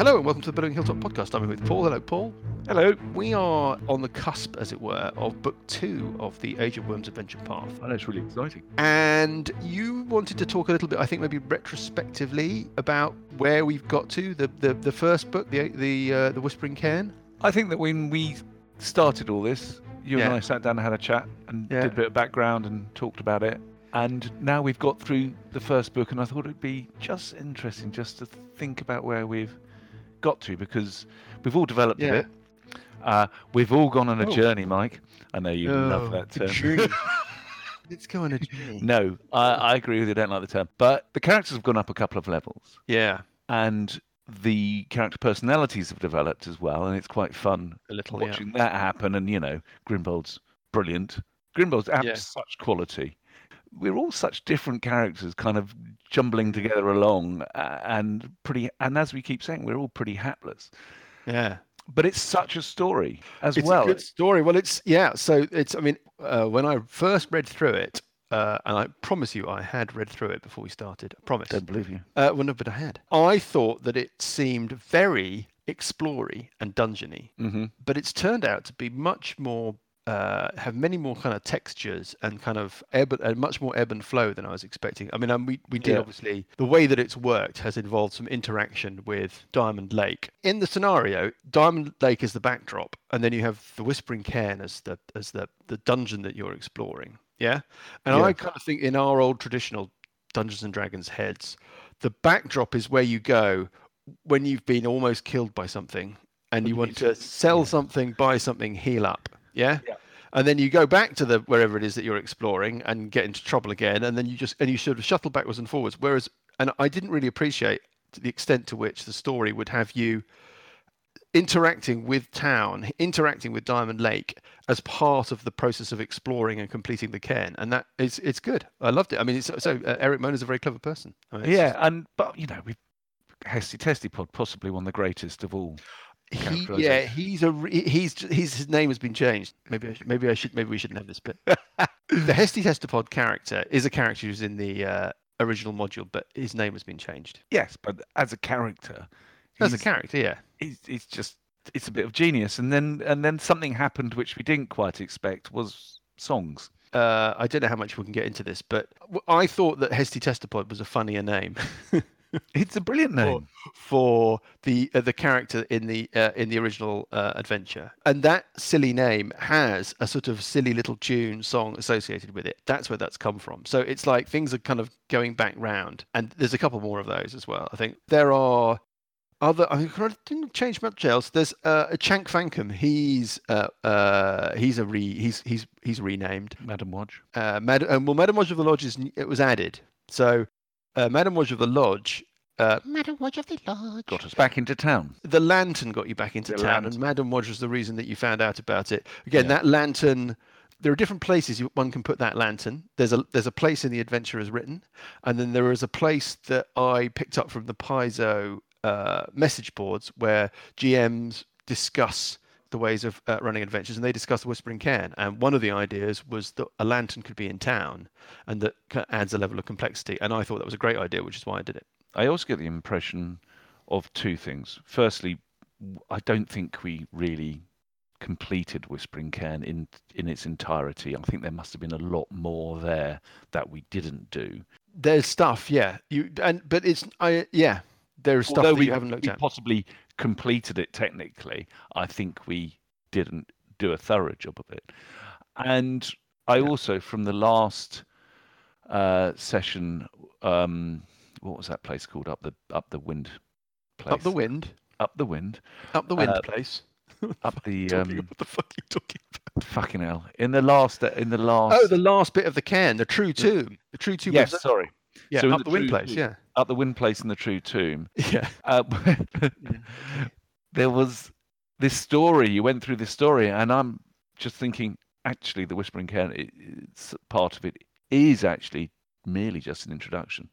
Welcome to the Burning Hilltop podcast. I'm here with Paul. Hello, Paul. Hello. We are on the cusp, as it were, of book two of the Age of Worms Adventure Path. I know it's really exciting. And you wanted to talk a little bit, I think, maybe retrospectively about where we've got to the the, the first book, the the uh, the Whispering Cairn. I think that when we started all this, you and Yeah. I sat down and had a chat and Yeah. did a bit of background and talked about it. And now we've got through the first book, and I thought it'd be just interesting just to think about where we've got to because we've all developed Yeah. a bit. Uh, we've all gone on a Oh. journey, Mike. I know you Oh, love that a term. journey. Let's go on a journey. No, I, I agree with you. I don't like the term. But the characters have gone up a couple of levels. Yeah, and the character personalities have developed as well, and it's quite fun a little. yeah. watching that happen. And you know, Grimbold's brilliant. Grimbold's abs- Yeah. such quality. We're all such different characters, kind of jumbling together along, a- and pretty. And as we keep saying, we're all pretty hapless. yeah. But it's such a story as it's well. a good story. Well, it's yeah. So it's. I mean, uh, when I first read through it, uh, and I promise you, I had read through it before we started. I promise. Don't believe you. Uh, well, no, but I had. I thought that it seemed very explory and dungeony, hmm but it's turned out to be much more. Uh, have many more kind of textures and kind of ebb and much more ebb and flow than I was expecting. I mean, um, we we did Yeah. obviously the way that it's worked has involved some interaction with Diamond Lake. In the scenario, Diamond Lake is the backdrop, and then you have the Whispering Cairn as the as the the dungeon that you're exploring. Yeah, and Yeah. I kind of think in our old traditional Dungeons and Dragons heads, the backdrop is where you go when you've been almost killed by something and you you want need to to- sell yeah. something, buy something, heal up. Yeah? Yeah. And then you go back to the wherever it is that you're exploring and get into trouble again, and then you just and you sort of shuttle backwards and forwards. Whereas, and I didn't really appreciate the extent to which the story would have you interacting with town, interacting with Diamond Lake as part of the process of exploring and completing the cairn, and that it's it's good. I loved it. I mean, it's, so uh, Eric Mona's a very clever person. I mean, it's Yeah, and but you know, we've Hesty Testy Pod, possibly one of the greatest of all. He, characterisation. yeah, he's a re- he's he's his name has been changed. Maybe I should, maybe I should maybe we shouldn't have this bit. the Hesty Testapod character is a character who's in the uh, original module, but his name has been changed. Yes, but as a character, As a he's- character, yeah, it's, it's just it's a bit of genius and then and then something happened which we didn't quite expect was songs uh, I don't know how much we can get into this, but w- I thought that Hesty Testapod was a funnier name it's a brilliant name Well, for the uh, the character in the uh, in the original uh, adventure, and that silly name has a sort of silly little tune song associated with it. That's where that's come from. So it's like things are kind of going back round, and there's a couple more of those as well. I think there are other. I mean, it didn't change much else. There's uh, a Chank Fankum. He's uh, uh, he's a re he's he's he's renamed. madam watch Uh, Mad- um, well, Madame Lodge of the Lodge is n- it was added. So uh, Madame Lodge of the Lodge. Uh, Madame Lodge of the Lodge got us back into town the lantern got you back into The town, and lantern. Madame Wodge was the reason that you found out about it. Again, Yeah. that lantern. There are different places you, one can put that lantern. There's a there's a place in the adventure as written, and then there is a place that I picked up from the Paizo uh, message boards where GMs discuss the ways of uh, running adventures, and they discuss the Whispering Cairn. And one of the ideas was that a lantern could be in town, and that ca- adds a level of complexity. And I thought that was a great idea, which is why I did it. i also get the impression of two things firstly w- i don't think we really completed whispering cairn in in its entirety i think there must have been a lot more there that we didn't do there's stuff yeah you and but it's i yeah there's stuff Although that we, you haven't looked we at possibly completed it technically, I think we didn't do a thorough job of it. And I Yeah. also, from the last uh, session, um, what was that place called? Up the up the wind place. up the wind Up the wind. up the wind Uh, place Up the Talking um, about- what the fuck are you talking fucking hell. In the last. In the last. about? oh the last bit of the can the true tomb the true tomb yes. of, Zer- Sorry. yeah so in up the the, wind True place yeah Tomb. Up the wind place in the true tomb. yeah uh, there was this story you went through this story and i'm just thinking actually the whispering cairn it, it's part of it is actually merely just an introduction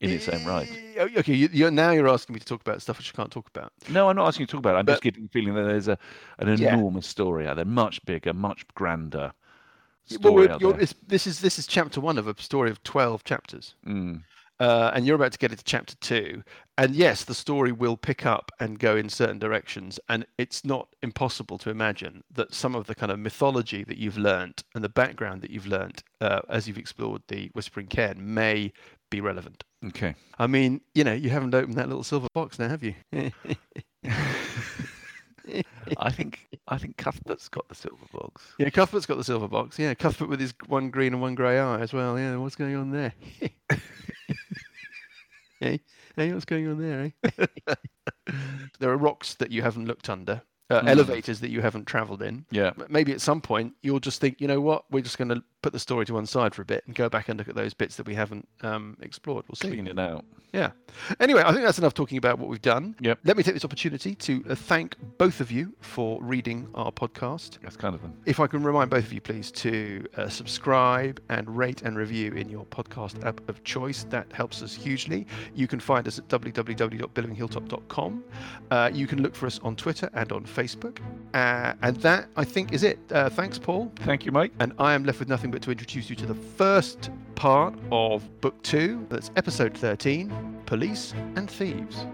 in its own right Eh, oh, okay you, you're now you're asking me to talk about stuff which i can't talk about no i'm not asking you to talk about it i'm But- just getting the feeling that there's a an Yeah. enormous story out there much bigger much grander well, story we're- out you're- there it's- this is this is chapter one of a story of 12 chapters Mm. uh, and you're about to get into chapter two. And yes, the story will pick up and go in certain directions. And it's not impossible to imagine that some of the kind of mythology that you've learnt and the background that you've learnt uh, as you've explored the Whispering Cairn may be relevant. Okay. I mean, you know, you haven't opened that little silver box now, have you? I think I think Cuthbert's got the silver box. Yeah, Cuthbert's got the silver box. Yeah, Cuthbert with his one green and one grey eye as well. Yeah, what's going on there? hey, hey, what's going on there? Eh? there are rocks that you haven't looked under, uh, Mm. elevators that you haven't travelled in. Yeah. But Maybe at some point you'll just think, you know what, we're just going to put the story to one side for a bit and go back and look at those bits that we haven't um, explored. We'll see. Clean it out. Yeah. Anyway, I think that's enough talking about what we've done. Yep. Let me take this opportunity to uh, thank both of you for reading our podcast. That's kind of them. If I can remind both of you, please, to uh, subscribe and rate and review in your podcast app of choice. That helps us hugely. You can find us at www.billinghilltop.com. Uh, you can look for us on Twitter and on Facebook. Uh, and that, I think, is it. Uh, thanks, Paul. Thank you, Mike. And I am left with nothing but to introduce you to the first part of Book Two. That's episode 13 Police and Thieves.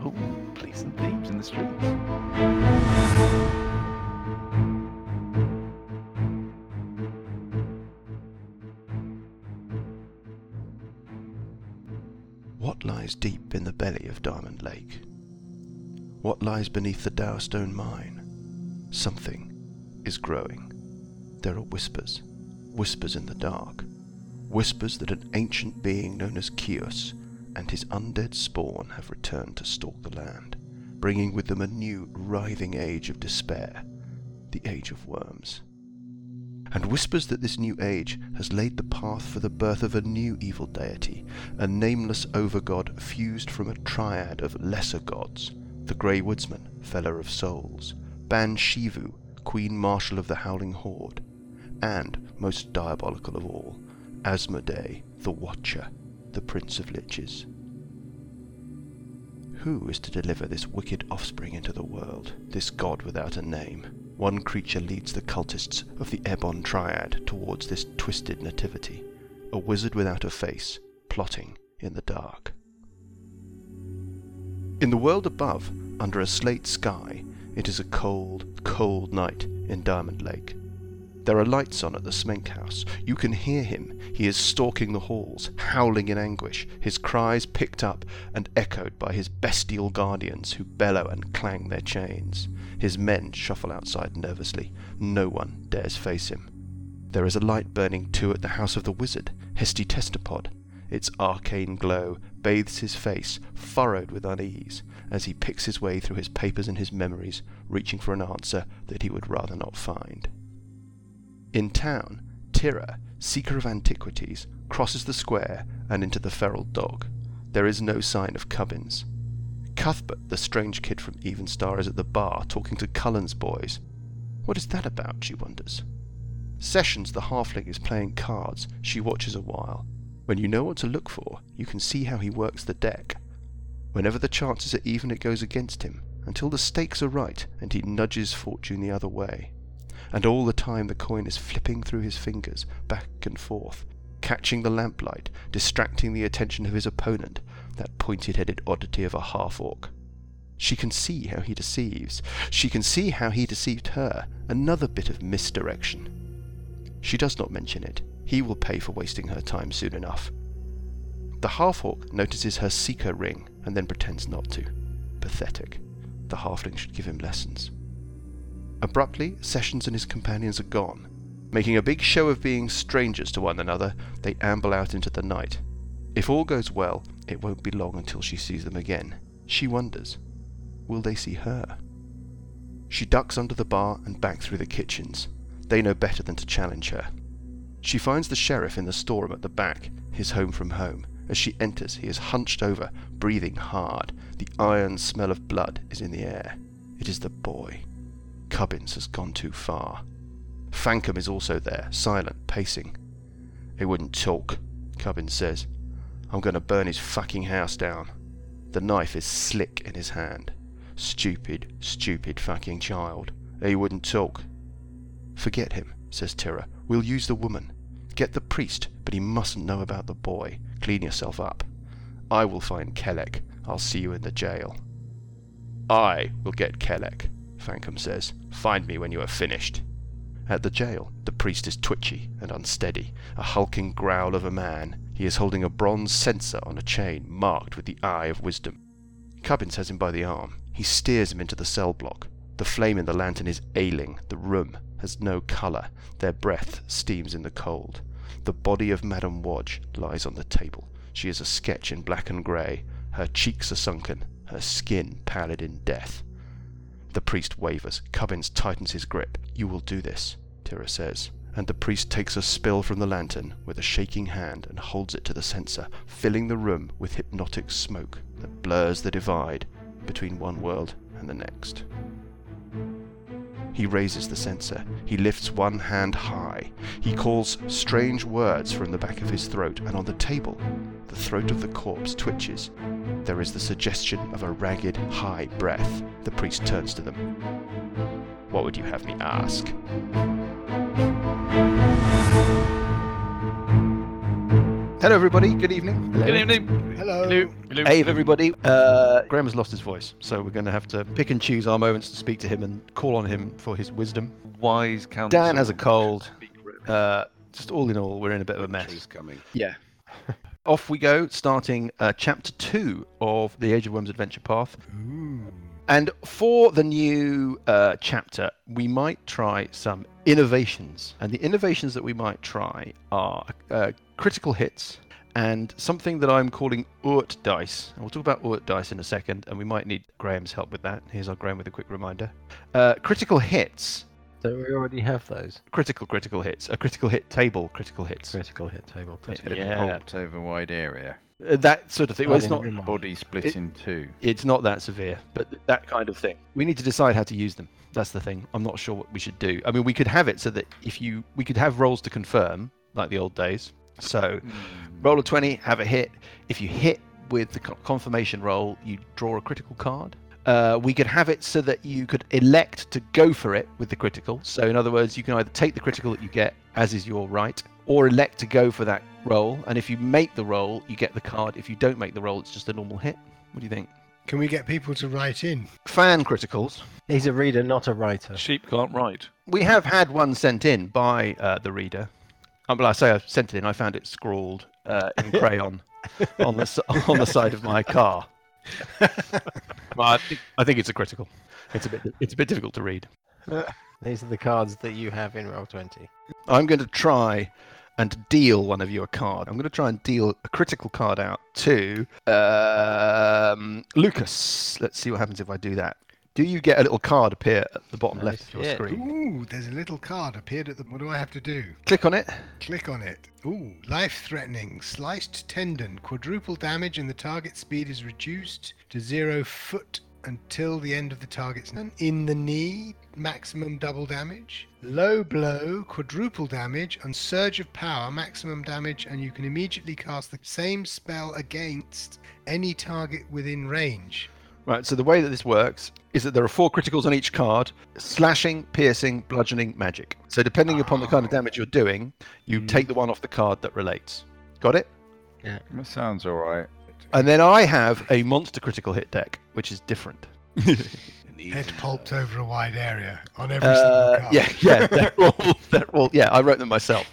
Oh, police and thieves in the streets. What lies deep in the belly of Diamond Lake? What lies beneath the Dowerstone mine? Something is growing. There are whispers, whispers in the dark, whispers that an ancient being known as Kios and his undead spawn have returned to stalk the land, bringing with them a new writhing age of despair, the age of worms and whispers that this new age has laid the path for the birth of a new evil deity, a nameless overgod fused from a triad of lesser gods the Grey Woodsman, Feller of Souls, Ban Shivu, Queen Marshal of the Howling Horde, and, most diabolical of all, Asmodei, the Watcher, the Prince of Liches. Who is to deliver this wicked offspring into the world, this god without a name? One creature leads the cultists of the Ebon Triad towards this twisted nativity, a wizard without a face, plotting in the dark. In the world above, under a slate sky, it is a cold, cold night in Diamond Lake. There are lights on at the Smink House. You can hear him. He is stalking the halls, howling in anguish, his cries picked up and echoed by his bestial guardians who bellow and clang their chains. His men shuffle outside nervously. No one dares face him. There is a light burning too at the house of the wizard, Hesty Testapod. Its arcane glow bathes his face, furrowed with unease, as he picks his way through his papers and his memories, reaching for an answer that he would rather not find. In town, Tira, seeker of antiquities, crosses the square and into the feral dog. There is no sign of Cubbins. Cuthbert, the strange kid from Evenstar, is at the bar talking to Cullen's boys. What is that about, she wonders. Sessions, the halfling, is playing cards. She watches a while. When you know what to look for, you can see how he works the deck. Whenever the chances are even, it goes against him, until the stakes are right and he nudges fortune the other way and all the time the coin is flipping through his fingers, back and forth, catching the lamplight, distracting the attention of his opponent, that pointed headed oddity of a half orc. She can see how he deceives. She can see how he deceived her. Another bit of misdirection. She does not mention it. He will pay for wasting her time soon enough. The half orc notices her seeker ring and then pretends not to. Pathetic. The halfling should give him lessons. Abruptly, Sessions and his companions are gone. Making a big show of being strangers to one another, they amble out into the night. If all goes well, it won't be long until she sees them again. She wonders, will they see her? She ducks under the bar and back through the kitchens. They know better than to challenge her. She finds the sheriff in the storeroom at the back, his home from home. As she enters, he is hunched over, breathing hard. The iron smell of blood is in the air. It is the boy. Cubbins has gone too far. Fankham is also there, silent, pacing. He wouldn't talk, Cubbins says. I'm going to burn his fucking house down. The knife is slick in his hand. Stupid, stupid fucking child. He wouldn't talk. Forget him, says Tira. We'll use the woman. Get the priest, but he mustn't know about the boy. Clean yourself up. I will find Kelek. I'll see you in the jail. I will get Kelek, Fancom says. Find me when you are finished. At the jail, the priest is twitchy and unsteady, a hulking growl of a man. He is holding a bronze censer on a chain marked with the Eye of Wisdom. Cubbins has him by the arm. He steers him into the cell block. The flame in the lantern is ailing. The room has no colour. Their breath steams in the cold. The body of Madame Wodge lies on the table. She is a sketch in black and grey. Her cheeks are sunken, her skin pallid in death. The priest wavers. Cubbins tightens his grip. You will do this, Tira says. And the priest takes a spill from the lantern with a shaking hand and holds it to the censer, filling the room with hypnotic smoke that blurs the divide between one world and the next. He raises the censer. He lifts one hand high. He calls strange words from the back of his throat, and on the table, the throat of the corpse twitches. There is the suggestion of a ragged, high breath. The priest turns to them. What would you have me ask? Hello, everybody. Good evening. Good evening. Hello. Hello. Hello. Hey, everybody. Uh, Graham has lost his voice, so we're going to have to pick and choose our moments to speak to him and call on him for his wisdom. Wise counsel. Dan has a cold. Uh, just all in all, we're in a bit of a mess. Trees coming. Yeah. Off we go, starting uh, chapter two of the Age of Worms Adventure Path. And for the new uh, chapter, we might try some innovations. And the innovations that we might try are uh, critical hits and something that I'm calling Oort dice. And we'll talk about Oort dice in a second, and we might need Graham's help with that. Here's our Graham with a quick reminder. Uh, critical hits, Don't we already have those? critical, critical hits, a critical hit table, critical hits. Critical hit table. critical hit. Yeah. over wide area. Uh, That sort of thing. Well, it's not Oh. Body split It- in two. it's not that severe, but that kind of thing. We need to decide how to use them. That's the thing. I'm not sure what we should do. I mean, we could have it so that if you, we could have rolls to confirm, like the old days. So, roll a 20, have a hit. If you hit with the co- confirmation roll, you draw a critical card. Uh, we could have it so that you could elect to go for it with the critical. So, in other words, you can either take the critical that you get, as is your right, or elect to go for that roll. And if you make the roll, you get the card. If you don't make the roll, it's just a normal hit. What do you think? Can we get people to write in? fan criticals. He's a reader, not a writer. Sheep can't write. We have had one sent in by uh, the reader. Um, well, I say I sent it in. I found it scrawled uh, in crayon on the s- on the side of my car. Well, I think I think it's a critical. It's a bit it's a bit difficult to read. These are the cards that you have in roll twenty. I'm going to try and deal one of you a card. I'm going to try and deal a critical card out to um, Lucas. Let's see what happens if I do that. Do you get a little card appear at the bottom left of your Nice. Yeah. screen? Ooh, there's a little card appeared at the. What do I have to do? Click on it. Click on it. Ooh, life threatening. Sliced tendon. Quadruple damage, and the target speed is reduced to zero foot until the end of the target's turn. In the knee, maximum double damage. Low blow, quadruple damage, and surge of power, maximum damage, and you can immediately cast the same spell against any target within range. Right, so the way that this works is that there are four criticals on each card slashing, piercing, bludgeoning, magic. So, depending upon the kind of damage you're doing, you Hmm. take the one off the card that relates. Got it? That sounds all right. And then I have a monster critical hit deck, which is different. Head pulped over a wide area on every single Uh, card. yeah, yeah, they're all, they're all, yeah, I wrote them myself.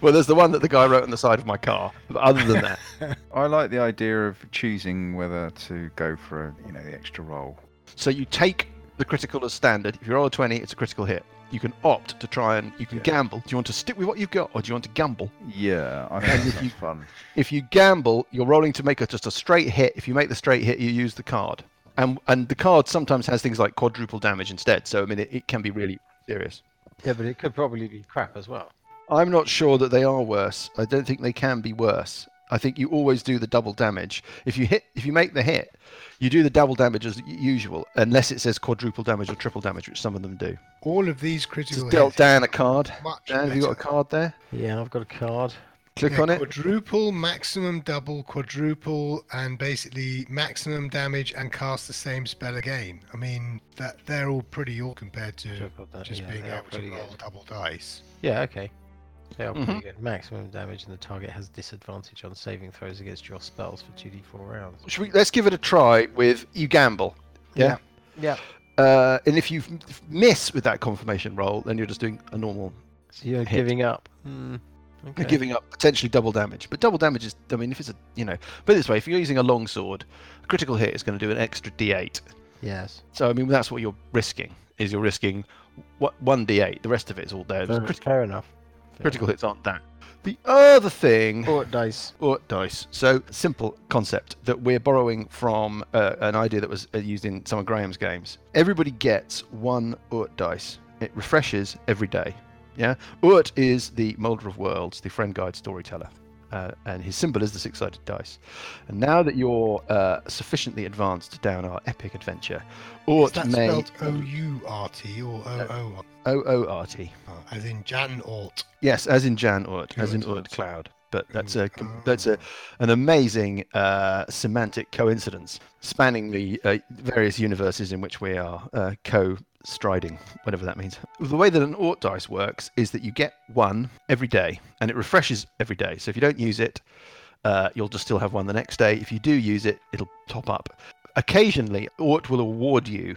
Well, there's the one that the guy wrote on the side of my car. But other than that, I like the idea of choosing whether to go for a, you know the extra roll. So you take the critical as standard. If you roll a 20, it's a critical hit. You can opt to try and you can gamble. Do you want to stick with what you've got or do you want to gamble? Yeah, I And think if that's you- fun. If you gamble, you're rolling to make a, just a straight hit. If you make the straight hit, you use the card. And and the card sometimes has things like quadruple damage instead. So I mean, it, it can be really serious. Yeah, but it could probably be crap as well. I'm not sure that they are worse. I don't think they can be worse. I think you always do the double damage. If you hit, if you make the hit, you do the double damage as usual, unless it says quadruple damage or triple damage, which some of them do. All of these critical Just dealt hits Dan a card. are much Dan, have you got a better. card there? Yeah, I've got a card. Click Yeah, on it. Quadruple, maximum double, quadruple, and basically maximum damage and cast the same spell again. I mean, that they're all pretty all compared to Triple da- just yeah, being they are able to pretty roll good. double dice. Yeah, okay. They are pretty good. Maximum damage, and the target has disadvantage on saving throws against your spells for 2d4 rounds. Should we, let's give it a try with you gamble. Yeah. Yeah. Uh, and if you f- f- miss with that confirmation roll, then you're just doing a normal, So you're Hit. giving up. Hmm. okay. you're giving up potentially double damage. But double damage is, I mean, if it's a, you know, but this way, if you're using a long sword, a critical hit is going to do an extra d8. Yes. So I mean, that's what you're risking. Is you're risking what one d8. The rest of it is all there. Fair, Crit- fair enough. Fair Oh, critical hits aren't that. The other thing, enough. Or dice. or Oh, dice. So simple concept that we're borrowing from uh, an idea that was uh, used in some of Graham's games. Everybody gets one Urt dice. It refreshes every day. Yeah, Urt is the Molder of Worlds, the friend guide storyteller, uh, and his symbol is the six-sided dice. And now that you're uh, sufficiently advanced down our epic adventure, Is Urt that may spelled O U R T or O O O R T. O R? As in Jan Ort. Yes, as in Jan Urt, as in Urt. Urt Cloud. But that's a com- Urt. that's a an amazing uh, semantic coincidence spanning the uh, various universes in which we are uh, co-striding, whatever that means. The way that an Ort dice works is that you get one every day, and it refreshes every day. So if you don't use it, uh, you'll just still have one the next day. If you do use it, it'll top up. Occasionally, Ort will award you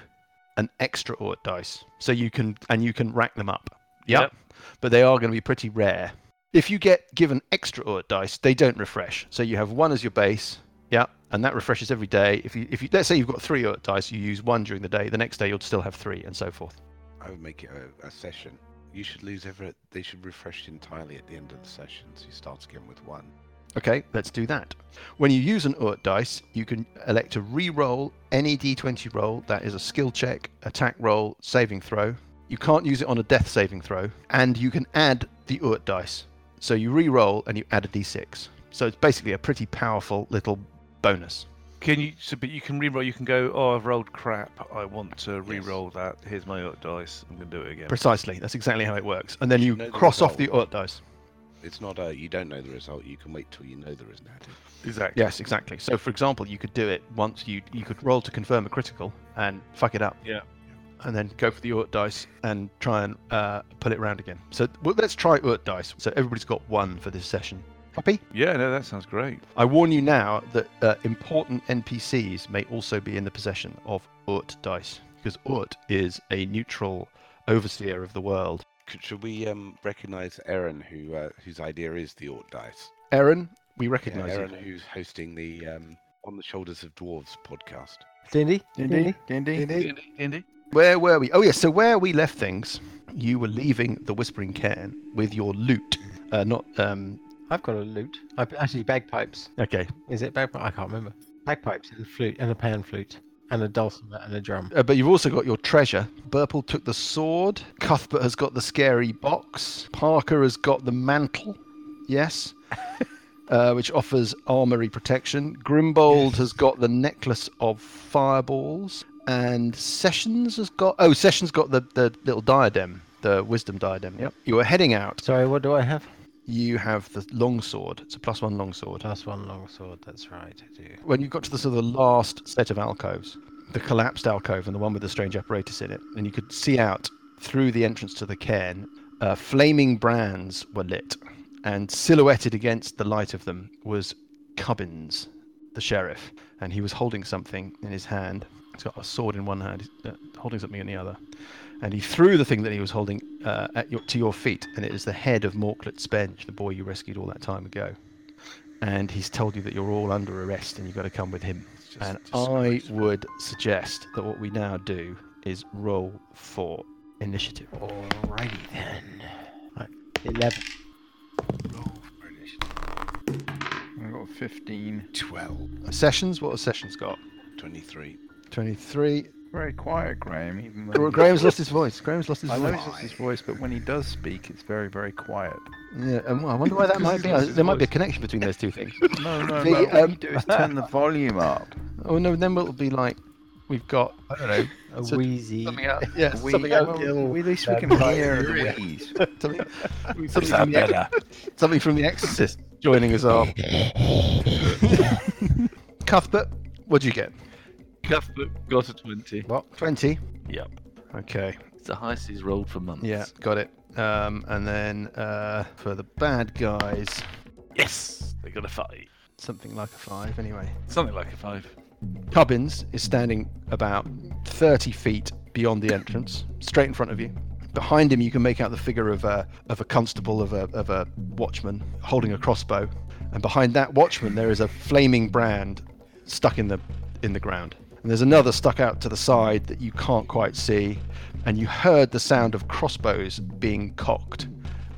an extra Ort dice, so you can and you can rack them up. Yep. but they are going to be pretty rare. If you get given extra Ort dice, they don't refresh. So you have one as your base, yeah, and that refreshes every day. If you if you let's say you've got three Ort dice, you use one during the day. The next day you'll still have three, and so forth. I would make it a, a session. You should lose every. They should refresh entirely at the end of the session, so you start again with one. Okay, let's do that. When you use an Urt dice, you can elect to re-roll any d20 roll. That is a skill check, attack roll, saving throw. You can't use it on a death saving throw, and you can add the Urt dice. So you re-roll and you add a d6. So it's basically a pretty powerful little bonus. Can you? So, but you can re-roll. You can go. Oh, I've rolled crap. I want to re-roll that. Here's my Urt dice. I'm gonna do it again. Precisely, that's exactly how it works. And then you should know the cross off the result. Urt dice. It's not a. You don't know the result. You can wait till you know the result. Exactly. Yes, exactly. So for example, you could do it once you you could roll to confirm a critical and fuck it up. Yeah. And then go for the Urt dice and try and uh, pull it round again. So well, let's try Urt dice. So everybody's got one for this session. Happy? Yeah. No, that sounds great. I warn you now that uh, important NPCs may also be in the possession of Urt dice because Urt is a neutral overseer of the world. Could, should we um, recognize Aaron, who uh, whose idea is the Ort Dice? Aaron, we Yeah, recognise Aaron, you. who's hosting the um, On the Shoulders of Dwarves podcast. Dindy? Dindy, dindy. Indy. Where were we? Oh, yes. So, where we left things, you were leaving the Whispering Cairn with your loot. Uh, not, um, I've got a loot. I, actually, bagpipes. okay. Is it bagpipe? I can't remember. Bagpipes and a flute and a pan flute and a dulcimer and a drum. Uh, but you've also got your treasure. Burple took the sword. Cuthbert has got the scary box. Parker has got the mantle. Yes. Uh, which offers armory protection. Grimbold has got the necklace of fireballs, and Sessions has got oh, Sessions got the, the little diadem, the wisdom diadem. Yep. You were heading out Sorry, what do I have? you have the longsword. It's a plus one longsword. Plus one longsword. That's right, I do. When you got to the sort of the last set of alcoves, the collapsed alcove and the one with the strange apparatus in it, and you could see out through the entrance to the cairn, uh, flaming brands were lit, and silhouetted against the light of them was Cubbins, the sheriff, and he was holding something in his hand. He's got a sword in one hand, he's, uh, holding something in the other, and he threw the thing that he was holding uh, at your, to your feet, and it is the head of Morklet Spenge, the boy you rescued all that time ago and he's told you that you're all under arrest and you've got to come with him. and I would suggest that what we now do is roll for initiative. Alrighty then. Right. 11. I've got 15. 12. Sessions, what has Sessions got? 23. 23. Very quiet, Graham. Even Gra- when Graham's lost his voice. Graham's lost his I know voice. it's just his voice, but when he does speak, it's very, very quiet. Yeah, and I wonder why that might be. There might be a connection between those two things. No, no, The, no. What um, you do is turn the volume up. Oh no, then it'll be like we've got I don't know A So- wheezy. something out. Yeah, We, something out. well, we- at least we can hear the wheeze. Something, something from the Ex- something from The Exorcist joining us all. Cuthbert, what do you get? Cuthbert got a twenty. What? 20. Yep. Okay. It's the highest he's rolled for months. Yeah, got it. Um, and then uh, for the bad guys, yes, They got a five. something like a five anyway. Something like a five. Cubbins is standing about 30 feet beyond the entrance, straight in front of you. Behind him, you can make out the figure of a, of a constable, of a, of a watchman holding a crossbow. And behind that watchman, there is a flaming brand stuck in the, in the ground. And there's another stuck out to the side that you can't quite see. And you heard the sound of crossbows being cocked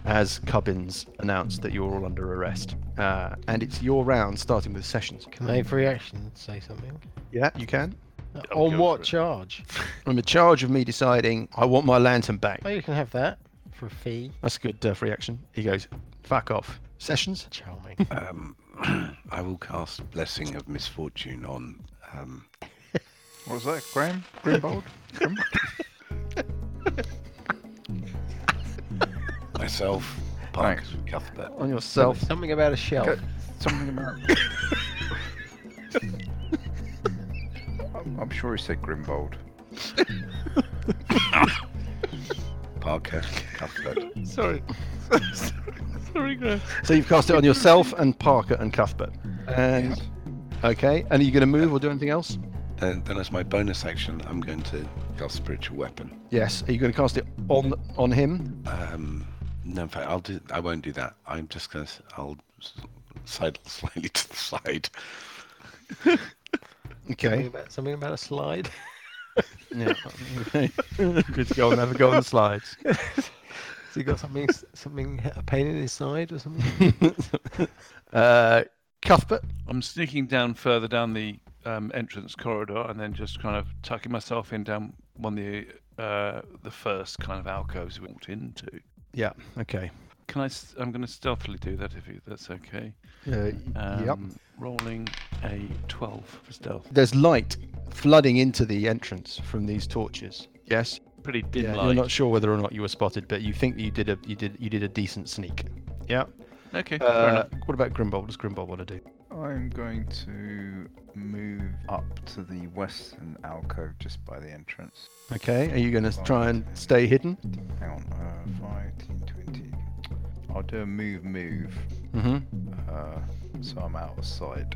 as Cubbins announced that you're all under arrest. Uh, and it's your round, starting with sessions. Can I have reaction say something? Yeah, you can. Uh, I'll On go for what it. charge? I'm in charge of me deciding I want my lantern back. Oh, you can have that for a fee. That's a good uh, free action. He goes, fuck off. Sessions? Charming. Um, I will cast Blessing of Misfortune on. Um, What was that, Graham? Grimbold? Grim- myself, Parks, Cuthbert. On yourself. something about a shelf. Go- Something about. I'm, I'm sure he said Grimbold. Parker, Cuthbert. Sorry. Sorry, Graham. So you've cast it on yourself and Parker and Cuthbert. And okay. And are you going to move or do anything else? Then, then as my bonus action, I'm going to cast Spiritual Weapon. Yes. Are you going to cast it on on him? Um, no, in fact, I'll do. I won't do that. I'm just going to. I'll s- sidle slightly to the side. Okay. Something, about, something about a slide. Yeah. Okay. good go on. Have a go on the slides. Has he got something, s- something, a pain in his side or something? uh, Cuthbert. I'm sneaking down further down the um, entrance corridor and then just kind of tucking myself in down one of the uh, the first kind of alcoves we walked into. Yeah. Okay. Can I? s- I'm going to stealthily do that if you, that's okay. Uh, Um, yep. Rolling a 12 for stealth. There's light flooding into the entrance from these torches. Yes. Pretty dim yeah, light. you're not sure whether or not you were spotted, but you think that you did a you did you did a decent sneak. Yeah. Okay. fair Uh, enough. what about Grimbold? What does Grimbold want to do? I'm going to move up to the western alcove just by the entrance. Okay. Are you going to try and stay hidden? Hang on, uh, 5, 10, 20. I'll do a move, move, Mm-hmm. uh, so I'm out of sight.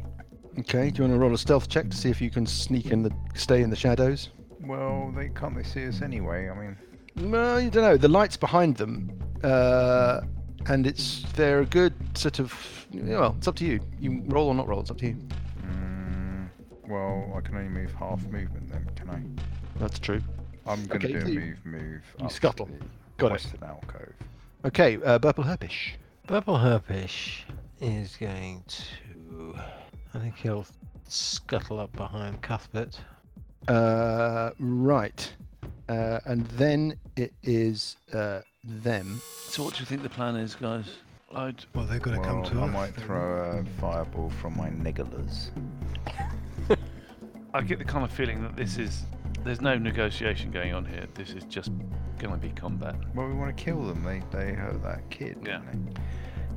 Okay. Do you want to roll a stealth check to see if you can sneak in the stay in the shadows? Well, they can't they see us anyway? I mean, No, you don't know. The light's behind them, uh, and it's they're a good sort of. yeah, Well, it's up to you. You roll or not roll. It's up to you. mm, well, I can only move half movement then, can I? That's true. Oh, I'm going to Okay, do a so you- move, move. you up to scuttle. the Got it. western alcove. Okay. Uh, Burple Herpish. Purple Herpish is going to. I think he'll scuttle up behind Cuthbert. Uh, right. Uh, and then it is uh, them. So what do you think the plan is, guys? I'd Well, they've got to come Well, to I us. might throw a fireball from my nigglers. I get the kind of feeling that this is there's no negotiation going on here. This is just going to be combat. Well, we want to kill them. They they hurt that kid. Yeah. didn't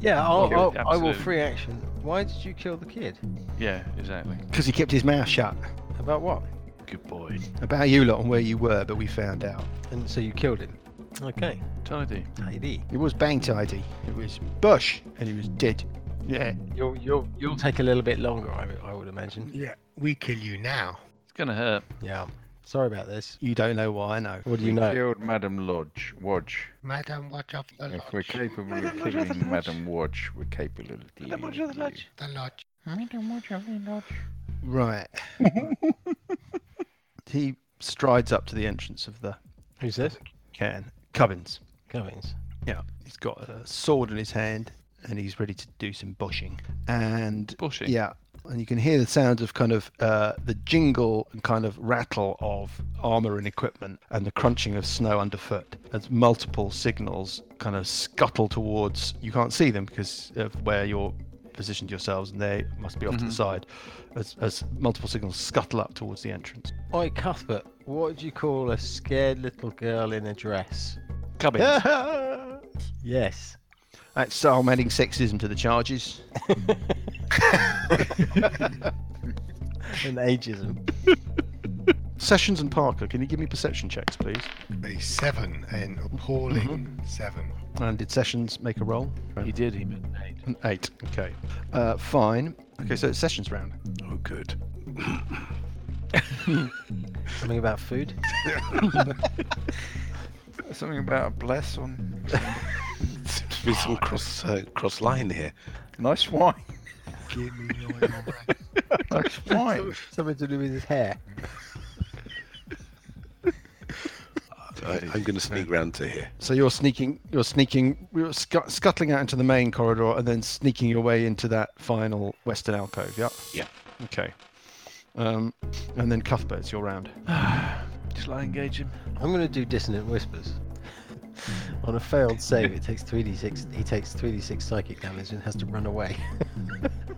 Yeah, I'll, Sure, I'll, I will absolutely. free action. Why did you kill the kid? Yeah, exactly. Because he kept his mouth shut About what? Good boy. about you lot and where you were, but we found out. And so you killed him. Okay. Tidy. Tidy. It was bang tidy. It was Bush, and he was dead. Yeah. You'll you'll you'll take a little bit longer, I, I would imagine. Yeah, we kill you now. It's going to hurt. Yeah. Sorry about this. You don't know why, I know. What do they? you know? Killed Madam Lodge. Wodge. Madam, watch off the If we're lodge. capable of killing Madam Wodge, we're capable of dealing with you. The lodge. Madam Wodge of the Lodge. Right. he strides up to the entrance of the Who's this? cairn. Cubbins. Cummings. Yeah. He's got a sword in his hand, and he's ready to do some bushing. And Bushing. Yeah, and you can hear the sounds of kind of uh, the jingle and kind of rattle of armor and equipment and the crunching of snow underfoot as multiple signals kind of scuttle towards. You can't see them because of where you're positioned yourselves, and they must be off to Mhm. the side as, as multiple signals scuttle up towards the entrance. Oi, Cuthbert. What do you call a scared little girl in a dress? Cubbins. Yes. That's so I'm adding sexism to the charges. An ageism. Sessions and Parker, can you give me perception checks, please? A seven, an appalling seven. And did Sessions make a roll? He did. He meant eight. An eight. Okay. Uh, fine. Okay, so it's Sessions round. Oh, good. Something about food? Something about a bless on Seems to be some Ah, cross uh, cross line here. nice wine. Give me your number. Nice wine. Something to do with his hair. I, I'm going to sneak round to here. So you're sneaking, you're sneaking, you're scu- scuttling out into the main corridor and then sneaking your way into that final western alcove. Yep. Yeah. Okay. Um, and then Cuthbert's your round. Shall I engage him? I'm going to do dissonant whispers. On a failed save, it takes 3d6. He takes 3d6 psychic damage and has to run away.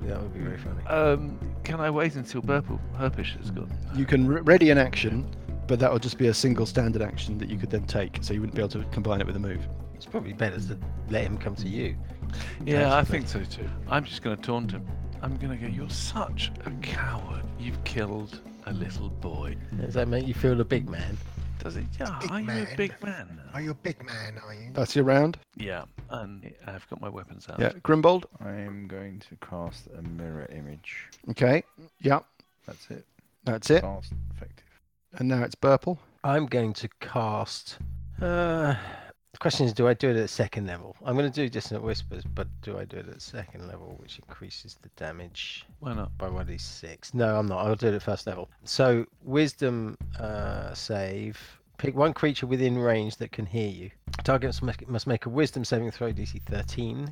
that would be very funny. Um, can I wait until Burple Herpish has gone? Mm, You can re- ready an action, but that will just be a single standard action that you could then take. So you wouldn't be able to combine it with a move. It's probably better to let him come to you. Yeah, I think so too. I'm just going to taunt him. I'm going to go. You're such a coward. You've killed a little boy. Does that make you feel a big man? Does it? Yeah. Big are you man. a big man? now? Are you a big man, are you? That's your round. Yeah. And I've got my weapons out. Yeah. Grimbold. I'm going to cast a mirror image. Okay. Yeah. That's it. That's it. Fast, effective. And now it's Burple. I'm going to cast. Uh, the question is, do I do it at second level? I'm going to do dissonant whispers, but do I do it at second level, which increases the damage? Why not? by one of these six. No, I'm not. I'll do it at first level. So wisdom uh, save. Pick one creature within range that can hear you. Target must make, must make a wisdom saving throw DC 13.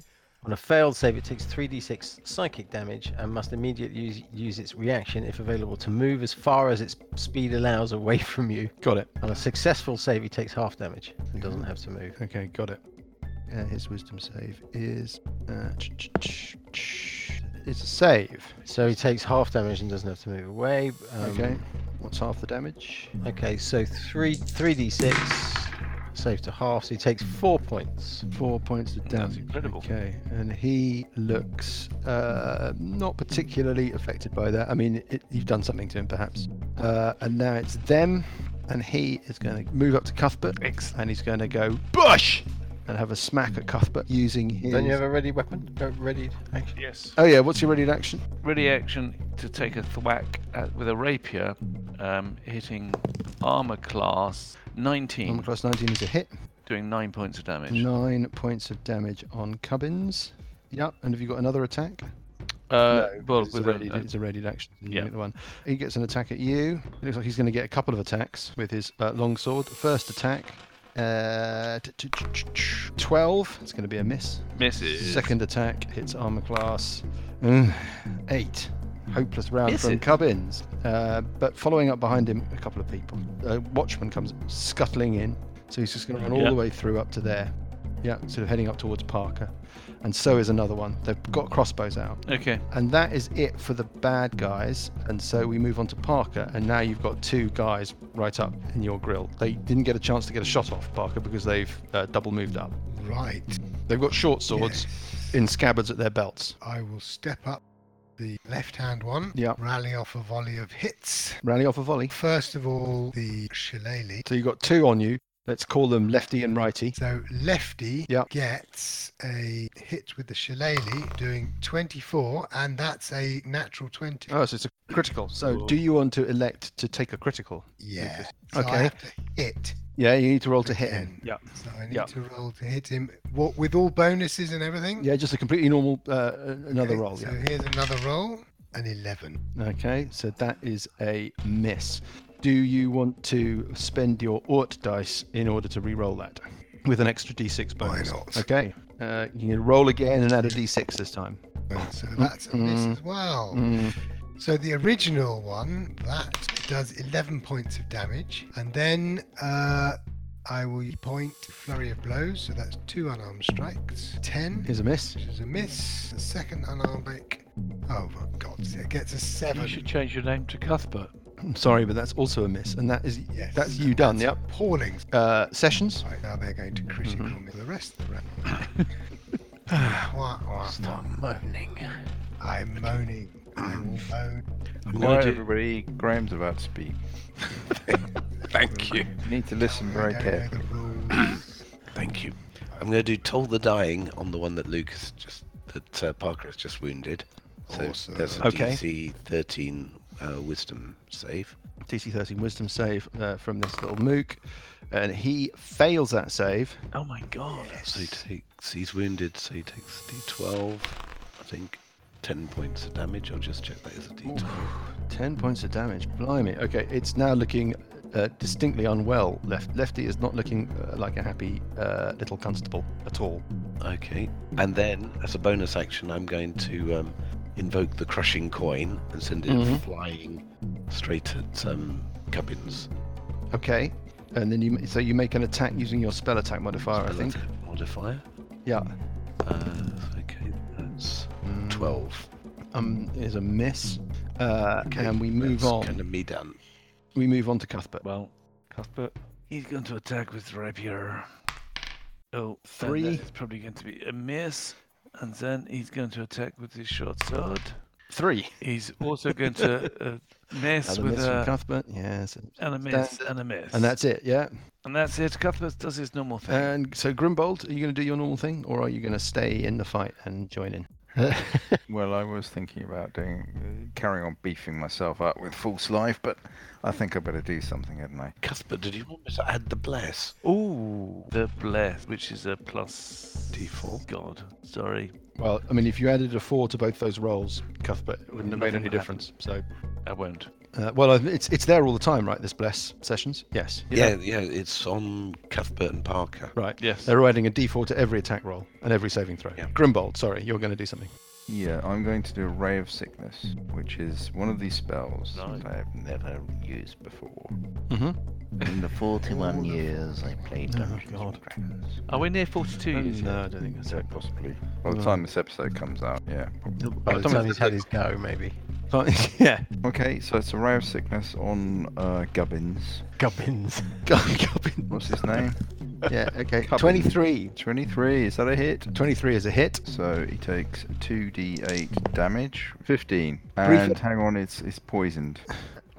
On a failed save, it takes 3d6 psychic damage and must immediately use, use its reaction, if available, to move as far as its speed allows away from you. Got it. On a successful save, he takes half damage and doesn't have to move. Okay, got it. Uh, his wisdom save is. Uh, ch- ch- ch- ch- it's a save. So he takes half damage and doesn't have to move away. Um, Okay. What's half the damage? Okay, so three three d six save to half, so he takes four points. Four points of That's damage. incredible. Okay, and he looks uh, not particularly affected by that. I mean, it, you've done something to him, perhaps. Uh, and now it's them, and he is going to move up to Cuthbert, and he's going to go bush and have a smack at Cuthbert using his. Don't you have a ready weapon? Uh, Ready action? Yes. Oh yeah, what's your ready action? Ready action to take a thwack at, with a rapier, um, hitting armor class 19, Armor class 19 is a hit. doing nine points of damage. Nine points of damage on Cubbins. Yep. And have you got another attack? Uh, well, it's, with a readied, a, it's a readied action. so you yeah. get the one. He gets an attack at you. It looks like he's going to get a couple of attacks with his uh, longsword. First attack, uh, t- t- t- t- t- 12. It's going to be a miss. misses. Second attack hits armor class mm, 8. Hopeless round from Misses. Cubbins. Uh, but following up behind him, a couple of people. A watchman comes scuttling in. So he's just going to run all Yeah. the way through up to there. Yeah, sort of heading up towards Parker. And so is another one. They've got crossbows out. Okay. And that is it for the bad guys. And so we move on to Parker. And now you've got two guys right up in your grill. They didn't get a chance to get a shot off Parker because they've uh, double moved up. Right. They've got short swords Yes. in scabbards at their belts. I will step up the left hand one. Yeah. Rally off a volley of hits. Rally off a volley. First of all, the shillelagh. So you've got two on you. Let's call them lefty and righty. So lefty Yep. gets a hit with the shillelagh doing 24, and that's a natural 20. Oh, so it's a critical. So do you want to elect to take a critical? yeah. So Okay. I have to hit. Yeah, you need to roll to hit him. again. Yep. So I need Yep. to roll to hit him. What with all bonuses and everything? Yeah, just a completely normal, uh, another Okay, roll. So Yeah. here's another roll. An 11. Okay, so that is a miss. Do you want to spend your Ort dice in order to re-roll that with an extra d6 Why bonus? not? Okay, uh, you can roll again and add a d6 this time. So Mm-hmm. that's a miss as well. Mm, So the original one that does 11 points of damage, and then uh, I will point flurry of blows. So that's two unarmed strikes, 10, is a miss. which is a miss. The second unarmed break. Oh my God! so It gets a You seven. should change your name to Cuthbert. I'm sorry, but that's also a miss, and that is Yes, that's and you done. that's Yep. Appalling. Uh, sessions. Right now they're going to critical Mm-hmm. me the rest of the round. wah, wah, wah. Stop moaning. I'm moaning. All mode. I'm gonna Quiet, do- everybody. Graham's about to speak. Thank you. You need to listen I very don't know the carefully. rules. Thank you. I'm going to do Toll the Dying on the one that Lucas just, that uh, Parker has just wounded. So Awesome. that's a Okay. DC 13 uh, Wisdom save. DC 13 wisdom save uh, from this little mook. And he fails that save. Oh my god. So he takes, he's wounded, so he takes D12, I think 10 points of damage. I'll just check that is a D12. 10 points of damage. Blimey. Okay, it's now looking uh, distinctly unwell. Left, Lefty is not looking uh, like a happy uh, little constable at all. Okay. And then, as a bonus action, I'm going to um, invoke the crushing coin and send it Mhm. flying straight at um, Cubbins. Okay. And then you so you make an attack using your spell attack modifier, I Spell think. attack Modifier. Yeah. Uh, okay, that's Mm, 12. um is a miss. Uh, Okay, and we move That's on. Kind of me done. We move on to Cuthbert. Well, Cuthbert. he's going to attack with rapier. Oh, Three. It's probably going to be a miss. And then he's going to attack with his short sword. Three. He's also going to uh, miss Another with miss uh, from a, Cuthbert. Yes. and a miss Standard. and a miss. And that's Uh, it, yeah. and that's it. Cuthbert does his normal thing. And so Grimbold, are you going to do your normal thing, or are you going to stay in the fight and join in? Well, I was thinking about doing, uh, carrying on beefing myself up with false life, but I think I better do something, hadn't I? Cuthbert, did you want me to add the bless? Ooh, the bless, which is a plus D4. God, sorry, well, I mean, if you added a four to both those rolls, Cuthbert, it wouldn't have made Nothing any would happen. difference. So, I won't. uh, well, I- it's it's there all the time, right? This bless sessions. Yes. Yeah, yeah, it's on Cuthbert and Parker. Right. Yes. They're adding a D4 to every attack roll and every saving throw. Yeah. Grimbold, sorry, you're going to do something. Yeah, I'm going to do a Ray of Sickness, which is one of these spells Nice. that I have never used before. Mm-hmm. In the 41 years I played Oh, Dungeons God. and Dragons. Are we near 42? you Um, said? No, I don't think that's So right. possibly. By the No. time this episode comes out, yeah. probably. By By the time he's had his go, maybe. yeah. Okay, so it's a Ray of Sickness on uh, Gubbins. Gubbins. What's his name? yeah, okay. Cubbins. 23. 23. Is that a hit? 23 is a hit. So he takes 2d8 damage. 15. Brief- And hang on, it's, it's poisoned.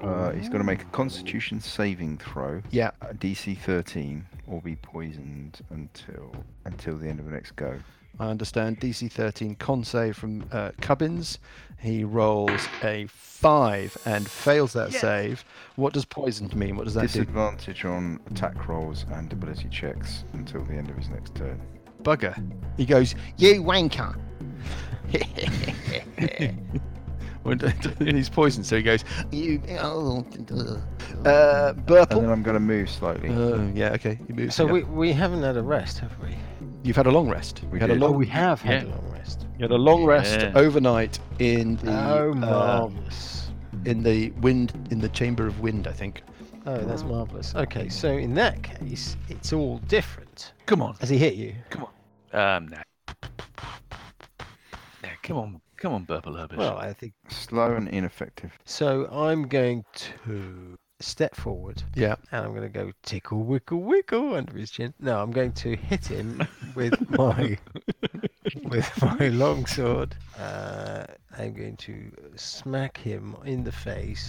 Uh, he's got to make a constitution saving throw. Yeah. uh, DC 13 or be poisoned until until the end of the next go. I understand DC 13 con save from uh, Cubbins. He rolls a 5 and fails that save. What does poisoned mean? What does that do? Disadvantage on attack rolls and ability checks until the end of his next turn. Bugger. He goes, You wanker. When- and he's poisoned, so he goes, You. Oh, uh, And then Burple. I'm going to move slightly. Oh, yeah, okay. He moves. So yeah. we, we haven't had a rest, have we? You've had a long rest. We you had a did. Oh, long, we have had Yeah. a long rest. you had a long rest Yeah. overnight in the Oh, uh, marvellous. in the wind in the chamber of wind, I think. Oh, that's marvellous. Okay, so in that case, it's all different. Come on. Has he hit you? Um, no. No, come on, come on, Burple Herbish. Well, I think Slow and ineffective. so. I'm going to step forward Yeah. and I'm going to go tickle, wickle, wickle under his chin. No, I'm going to hit him with my with my longsword. Uh, I'm going to smack him in the face,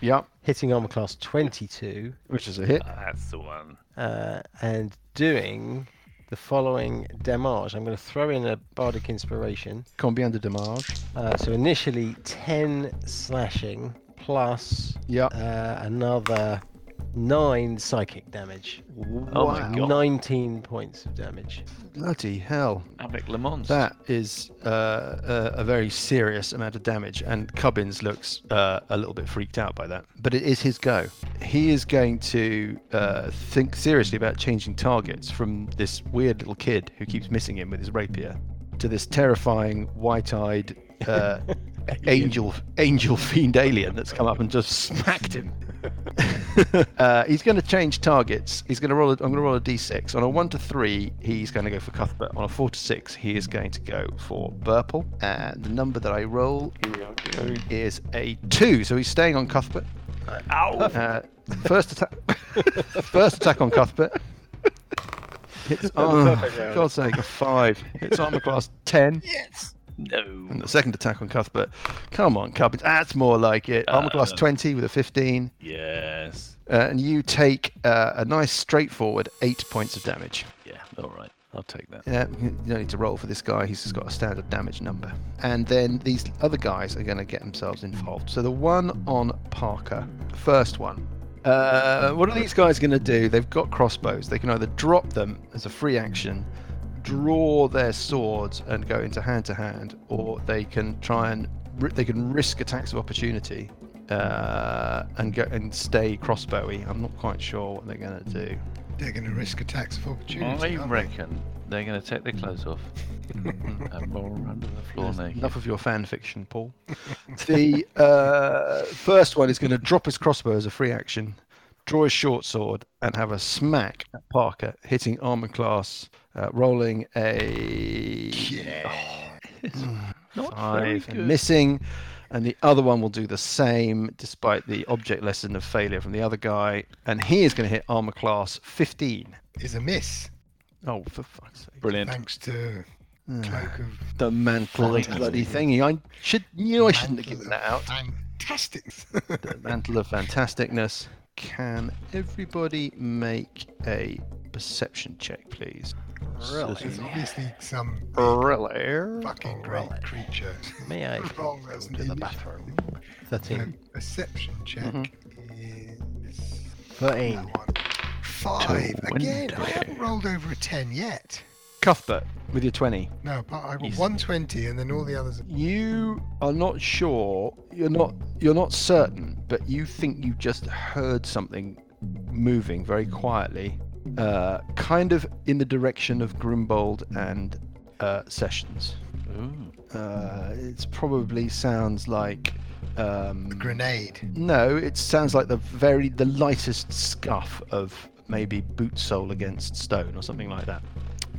Yeah. hitting armor class 22, Which is a hit. That's the one. uh, and doing the following damage. I'm going to throw in a bardic inspiration. Combien de damage? Uh, so initially 10 slashing plus Yeah. uh, another 9 psychic damage. Oh my god, 19 points of damage. Bloody hell. Avec Lemons. That is uh, a, a very serious amount of damage, and Cubbins looks uh, a little bit freaked out by that. But it is his go. He is going to uh, think seriously about changing targets from this weird little kid who keeps missing him with his rapier to this terrifying, white-eyed uh, angel, angel fiend alien that's come up and just smacked him. uh, he's going to change targets. He's going to roll. A, I'm going to roll a d6. On a one to three, he's going to go for Cuthbert. On a four to six, he is going to go for Burple. And the number that I roll is a two. So he's staying on Cuthbert. Uh, first attack. first attack on Cuthbert. Hits, oh, for God's sake, a five. Hits armor class ten. Yes. And No. the second attack on Cuthbert. Come on, Cubbins. That's more like it. Armor class 20 with a 15. Yes. Uh, and you take uh, a nice, straightforward eight points of damage. Yeah. All right. I'll take that. Yeah, you don't need to roll for this guy. He's just got a standard damage number. And then these other guys are going to get themselves involved. So the one on Parker, the first one. Uh, what are these guys going to do? They've got crossbows. They can either drop them as a free action, draw their swords and go into hand to hand, or they can try and ri- they can risk attacks of opportunity uh, and go and stay crossbowy. I'm not quite sure what they're going to do. They're going to risk attacks of I opportunity. aren't they? reckon they're going to take their clothes off and roll around on the floor There's naked. Enough of your fan fiction, Paul. the uh, first one is going to drop his crossbow as a free action, draw his short sword, and have a smack at Parker, hitting armor class, uh, rolling a Not very five and good. missing. And the other one will do the same, despite the object lesson of failure from the other guy. And he is going to hit armor class 15. Is a miss Oh, for fuck's sake. Brilliant. thanks to Ah. cloak of The mantle of Fantastic. bloody thingy. I should knew I shouldn't have given that out. fantastic. the mantle of fantasticness. Can everybody make a perception check, please? There's obviously some Really? fucking great creature. May I Wrong, go that's to the needed. bathroom? So, 13. perception check Mhm. Mm-hmm. is 13. that one. Five again. I haven't rolled over a ten yet. Cuthbert, with your 20. No, but I got one twenty, and then all the others. Are... You are not sure, you're not you're not certain, but you think you just heard something moving very quietly, uh, kind of in the direction of Grimbold and uh, Sessions. Ooh. Uh, it's probably sounds like um, Grenade. No, it sounds like the very the lightest scuff of maybe boot sole against stone or something like that.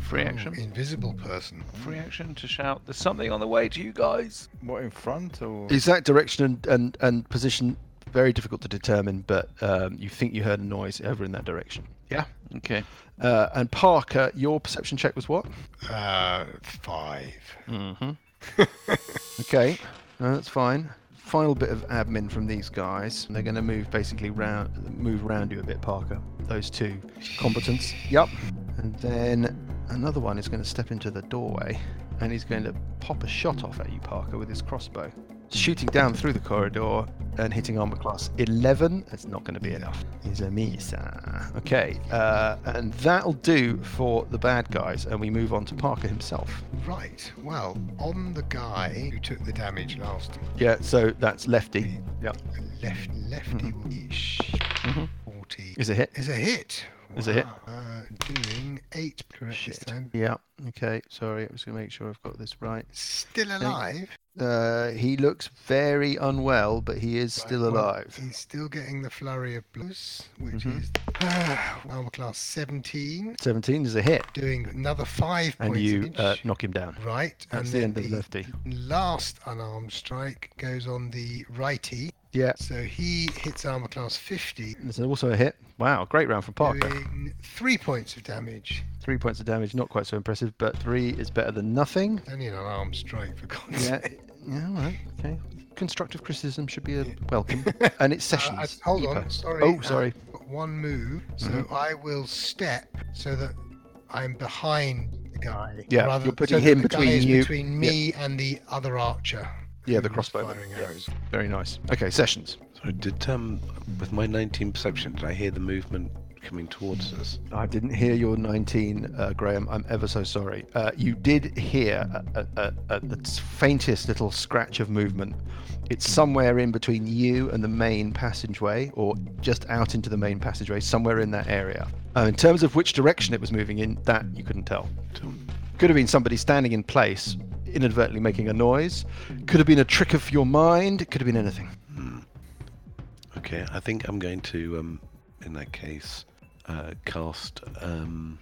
Free Ooh, action. invisible person. Free action to shout, there's something on the way to you guys. What in front or? Exact direction and and, and position very difficult to determine, but um, you think you heard a noise over in that direction. Yeah. Okay. Uh, and Parker, your perception check was what? Uh, five. Mm-hmm. okay, no, that's fine. Final bit of admin from these guys. They're going to move basically round, move round you a bit, Parker. Those two competence. Yep. And then another one is going to step into the doorway, and he's going to pop a shot off at you, Parker, with his crossbow, shooting down through the corridor and hitting armor class 11. That's not going to be enough. Is a miss. Ah, Okay, uh, and that'll do for the bad guys, and we move on to Parker himself. Right. Well, on the guy who took the damage last, Yeah, so that's lefty. Yep. left lefty ish. Mhm. Forty Mm-hmm. Is a hit. is a hit. Is a hit. Wow. Uh, doing eight correct this time. Yeah. Okay. Sorry, I'm just gonna make sure I've got this right. Still alive. Uh, he looks very unwell, but he is Right, still well, alive. He's still getting the flurry of blows, which Mhm. is ah, armor class 17, Seventeen is a hit, doing another five and points you each. uh, knock him down. right, and That's the then end of lefty. last unarmed strike goes on the righty, Yeah. so he hits armor class 50, There's also a hit. Wow, great round from Parker. doing three points of damage. Three points of damage, not quite so impressive, but three is better than nothing. It's Only an unarmed strike for God's Yeah. sake. yeah all right. Okay. Constructive criticism should be a welcome. And it's Uh, I- sessions. hold Keeper. on, sorry. Oh, uh, sorry. Mm-hmm. got one move, so I will step so that I'm behind the guy. Yeah, rather- you're putting so that him the guy between is you- between me and the other archer. Yeah, the who's crossbow. Firing Yeah. arrows. Very nice. Okay, sessions. So did um with my 19 perception, did I hear the movement coming towards us? I didn't hear your 19, uh, Graham. I'm ever so sorry. Uh, you did hear a, a, a, a, the s- faintest little scratch of movement. It's somewhere in between you and the main passageway, or just out into the main passageway, somewhere in that area. Uh, in terms of which direction it was moving in, that you couldn't tell. Could have been somebody standing in place, inadvertently making a noise. Could have been a trick of your mind. Could have been anything. Okay, I think I'm going to um in that case uh cast um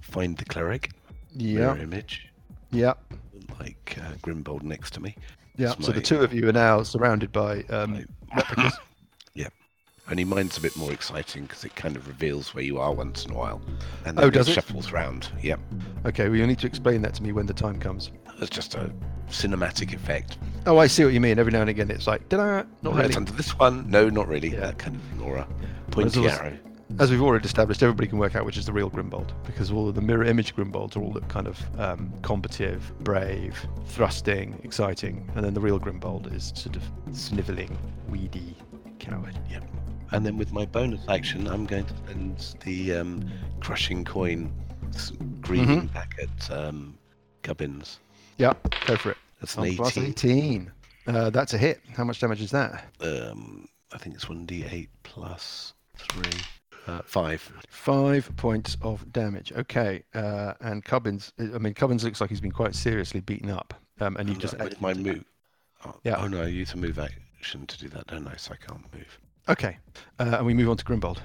find the cleric mirror Yeah. image Yeah. like uh, Grimbold next to me. Yeah. It's So the my- two of you are now surrounded by um, replicas. Only mine's a bit more exciting because it kind of reveals where you are once in a while, and Oh, then does it? shuffles round. Yep. Okay, well, you'll need to explain that to me when the time comes. That's just a cinematic effect. Oh, I see what you mean. Every now and again, it's like, did I? Not Not really. really. under this one. No, not really. Yeah. That kind of thing. Or a Whereas pointy it was- arrow. As we've already established, everybody can work out which is the real Grimbold because all of the mirror image Grimbolds are all that kind of um, combative, brave, thrusting, exciting, and then the real Grimbold is sort of snivelling, weedy coward. Yep. And then with my bonus action, I'm going to spend the um, crushing coin s- greeting Mm-hmm. back at um, Gubbins. Yeah, go for it. That's an Oh, plus 18. 18. Uh, that's a hit. How much damage is that? Um, I think it's 1d8 plus 3. Uh, 5. Five points of damage. Okay. Uh, and Cubbins, I mean, Cubbins looks like he's been quite seriously beaten up. Um, and you've And just that- with my move. Oh, Yeah. oh no, I use a move action to do that, don't I? So I can't move. Okay. Uh, and we move on to Grimbold.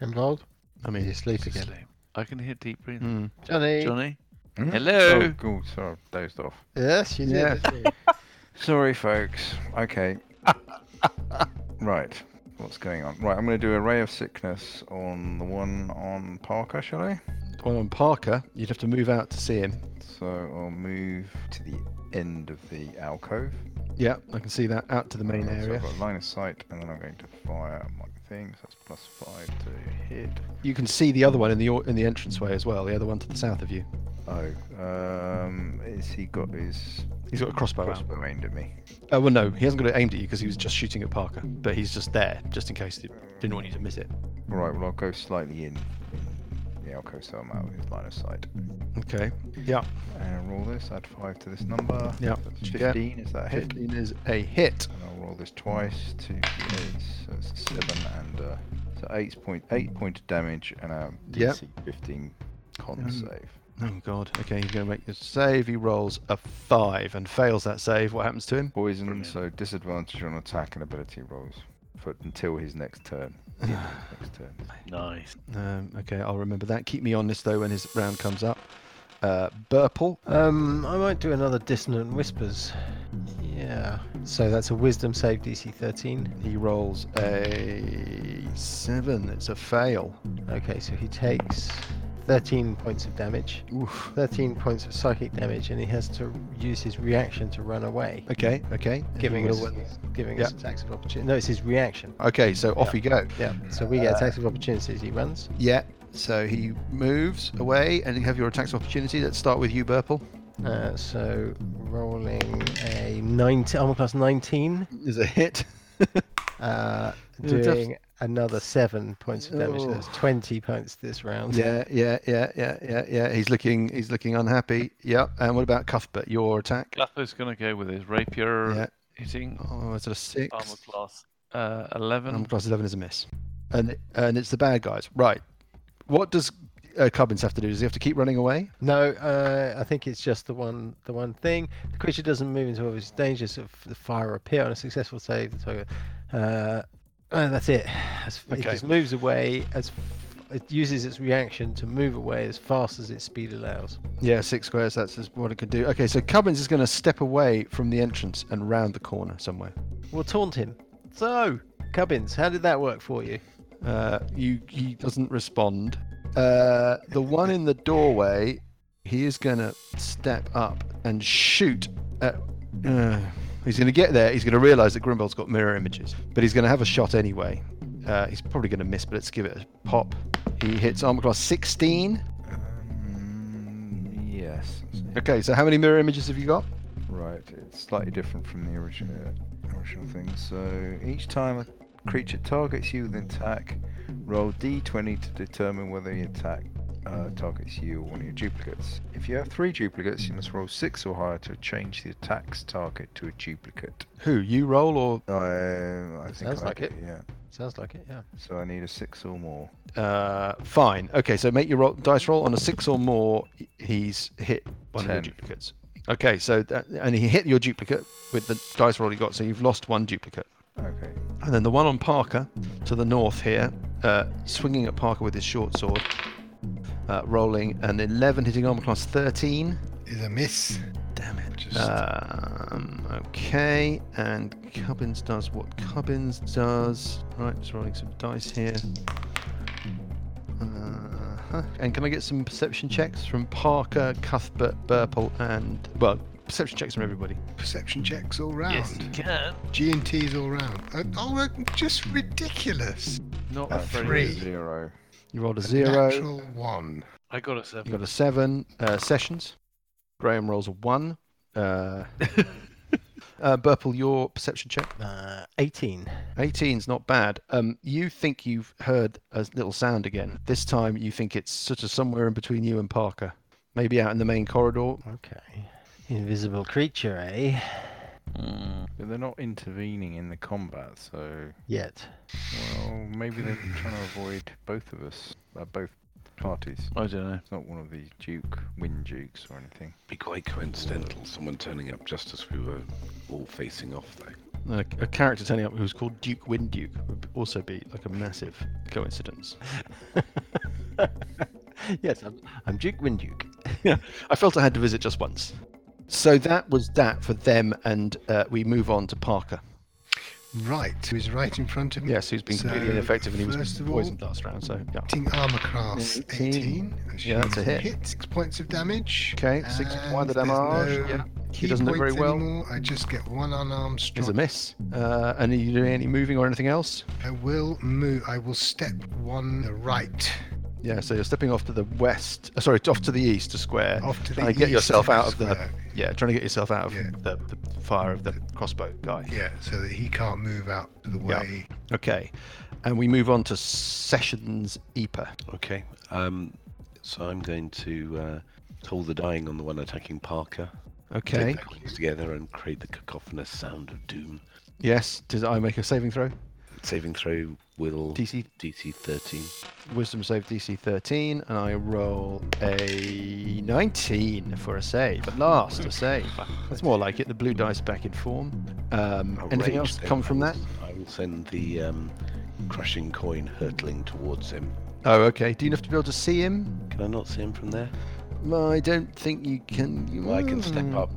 Involved? I mean, He's asleep again. I can hear deep breathing. hmm. Johnny. Johnny? Hmm? Hello? Oh, cool. Sorry, I've dozed off. Yes, you did. Hmm. Yeah. didn't Sorry, folks. Okay. right. What's going on? Right, I'm going to do a ray of sickness on the one on Parker, shall I? One on Parker, you'd have to move out to see him. So I'll move to the end of the alcove. Yeah, I can see that out to the main Uh, So area. I've got line of sight, and then I'm going to fire my thing. So that's plus five to hit. You can see the other one in the au- in the entranceway as well. The other one to the south of you. Oh, um, is he got his He's got a crossbow. out. crossbow aimed at me? Oh well, no, he hasn't got it aimed at you because he was just shooting at Parker, but he's just there just in case he didn't want you to miss it. Right. Well, I'll go slightly in the alcove, so I'm out of his line of sight. Okay. Yeah. And roll this. Add five to this number. Yeah. That's Yeah. Fifteen. Is that a hit? Fifteen is a hit. And I'll roll this twice. Two eight. So it's a seven and uh, so eight point eight point of damage and a Yep. DC fifteen con save. Oh god. Okay, he's going to make the save. He rolls a five and fails that save. What happens to him? Poison, so disadvantage on attack and ability rolls for until his next turn. the end of his next turn. Nice. Um, okay, I'll remember that. Keep me on this though when his round comes up. Uh, Burple. you? Um, I might do another dissonant whispers. Yeah. So that's a wisdom save DC 13. He rolls a seven. It's a fail. Okay, so he takes 13 points of damage, Oof. 13 points of psychic damage, and he has to use his reaction to run away, Okay, okay. He giving will us win. giving us Yeah. attacks of opportunity. No, it's his reaction. Okay, so off you go. Yeah. So we get attacks of opportunity as he runs. Yeah. So he moves away, and you have your attacks of opportunity. Let's start with you, Burple. Uh, so rolling a 19, armor class 19, Is a hit. uh, Yeah, def- doing another seven points of damage. So that's Oh. 20 points this round. yeah, yeah, yeah, yeah, yeah, yeah. He's looking, he's looking unhappy. Yeah. And what about Cuthbert? Your attack? Gutho's going to go with his rapier Yeah. hitting Oh, it's a six. armor class uh, 11. Um, class 11 is a miss. And and it's the bad guys. Right. What does uh, Cubbins have to do? Does he have to keep running away? No, uh, I think it's just the one the one thing. The creature doesn't move into obvious danger, so if the fire appear on a successful save. The target, uh, and that's it. As- It Okay. just moves away as f- it uses its reaction to move away as fast as its speed allows. Yeah, six squares. That's just what it could do. Okay, so Cubbins is going to step away from the entrance and round the corner somewhere. We'll taunt him. So, Cubbins, how did that work for you? Uh, you he doesn't respond. Uh, the one in the doorway, he is gonna step up and shoot. At, uh, he's gonna get there. He's gonna realize that Grimbold's got mirror images, but he's gonna have a shot anyway. Uh, he's probably gonna miss, but let's give it a pop. He hits armor class 16. Um, yes. Okay, so how many mirror images have you got? Right, it's slightly different from the original original thing. So each time a creature targets you with an attack, roll d20 to determine whether the attack uh, targets you or one of your duplicates. If you have three duplicates, you must roll six or higher to change the attack's target to a duplicate. Who you roll or Uh, I think sounds I like did, it. Yeah. Sounds like it, yeah. So I need a six or more. uh, fine? Okay, so make your roll, dice roll on a six or more. He's hit one of Ten. your duplicates. Okay, so that, and he hit your duplicate with the dice roll you got, so you've lost one duplicate. Okay. And then the one on Parker to the north here, uh, swinging at Parker with his short sword, uh, rolling an 11, hitting armor class 13. Is a miss. Damn it. Uh, Just Um, okay, and Cubbins does what Cubbins does. Right, just rolling some dice here. Uh, Uh, and can I get some perception checks from Parker, Cuthbert, Burple, and well, perception checks from everybody. Perception checks all round. Yes, you can. G and T's all round. Uh, oh, uh, just ridiculous. Not Uh, Three. Zero. You rolled a A zero. Natural one. I got a You seven. got a seven. Uh, sessions. Graham rolls a one. Uh, uh, Burple, your perception check. Uh, 18. 18's not bad. Um, you think you've heard a little sound again. This time you think it's sort of somewhere in between you and Parker. Maybe out in the main corridor. Okay. Invisible creature, eh? Mm. But they're not intervening in the combat, so Yet. well, maybe they're trying to avoid both of us, uh, both parties. Oh, I don't know. It's not one of these Duke Win Dukes or anything. Be quite coincidental, someone turning up just as we were all facing off, though. A, a character turning up who was called Duke Winduke would also be like a massive coincidence. yes, I'm, I'm Duke Winduke. I felt I had to visit just once. So that was that for them, and uh, we move on to Parker. Right, who's right in front of me? Yes, who's been completely So, ineffective, and he was first of all- poisoned last round. So yeah. Hitting armor class 18. 18. That Yeah, that's a should hit. Six points of damage. Okay, six and points of there's damage, no yeah. key doesn't look points very well. Anymore. I just get one unarmed Is a strike. miss. Uh, and are you doing any moving or anything else? I will move. I will step one right Yeah, so you're stepping off to the west. uh, Sorry, off to the east, a square. off to the trying to get east yourself of out of the square. yeah, trying to get yourself out of Yeah. the, the fire of the crossbow guy. Yeah, so that he can't move out of the Yeah. way. Okay, and we move on to Sessions E Epa. Okay. Um, so I'm going to uh, toll the dying on the one attacking Parker. Okay. E Take the coins together and create the cacophonous sound of doom. Yes. Did I make a saving throw? Saving throw will DC DC 13. Wisdom save DC 13, and I roll a 19 for a save. At last, a save. That's more like it. The blue dice back in form. Um, anything Outraged, else eh? then come I from will- that? I will send the um, crushing coin hurtling towards him. Oh, okay. Do you have to be able to see him? Can I not see him from there? Well, I don't think you can. You Well, I can step Mm. up.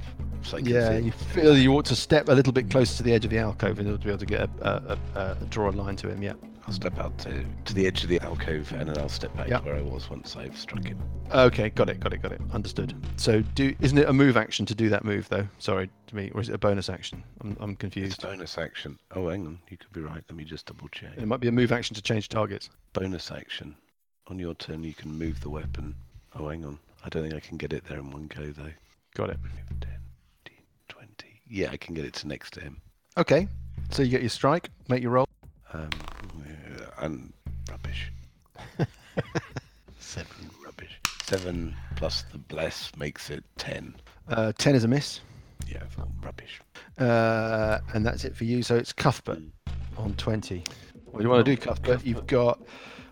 So I can Yeah, see you him. feel you ought to step a little bit closer to the edge of the alcove in order to be able to get a, a, a, a draw a line to him. Yeah. I'll step out to, to the edge of the alcove and then I'll step back Yeah. to where I was once I've struck him. Okay, got it, got it, got it. Understood. So, do isn't it a move action to do that move though? Sorry to me, or is it a bonus action? I'm, I'm It's confused. a bonus action. Oh, hang on. You could be right. Let me just double check. It might be a move action to change targets. Bonus action. On your turn, you can move the weapon. Oh, hang on. I don't think I can get it there in one go, though. Got it. 10, 15, 20. Yeah, I can get it to next to him. Okay, so you get your strike, make your roll. Um, yeah, and rubbish. Seven rubbish. Seven plus the bless makes it ten. Uh, Ten is a miss, Yeah, I thought rubbish. uh, and that's it for you. So it's Cuthbert Hmm. on twenty. What do you want to do, Cuthbert? You've got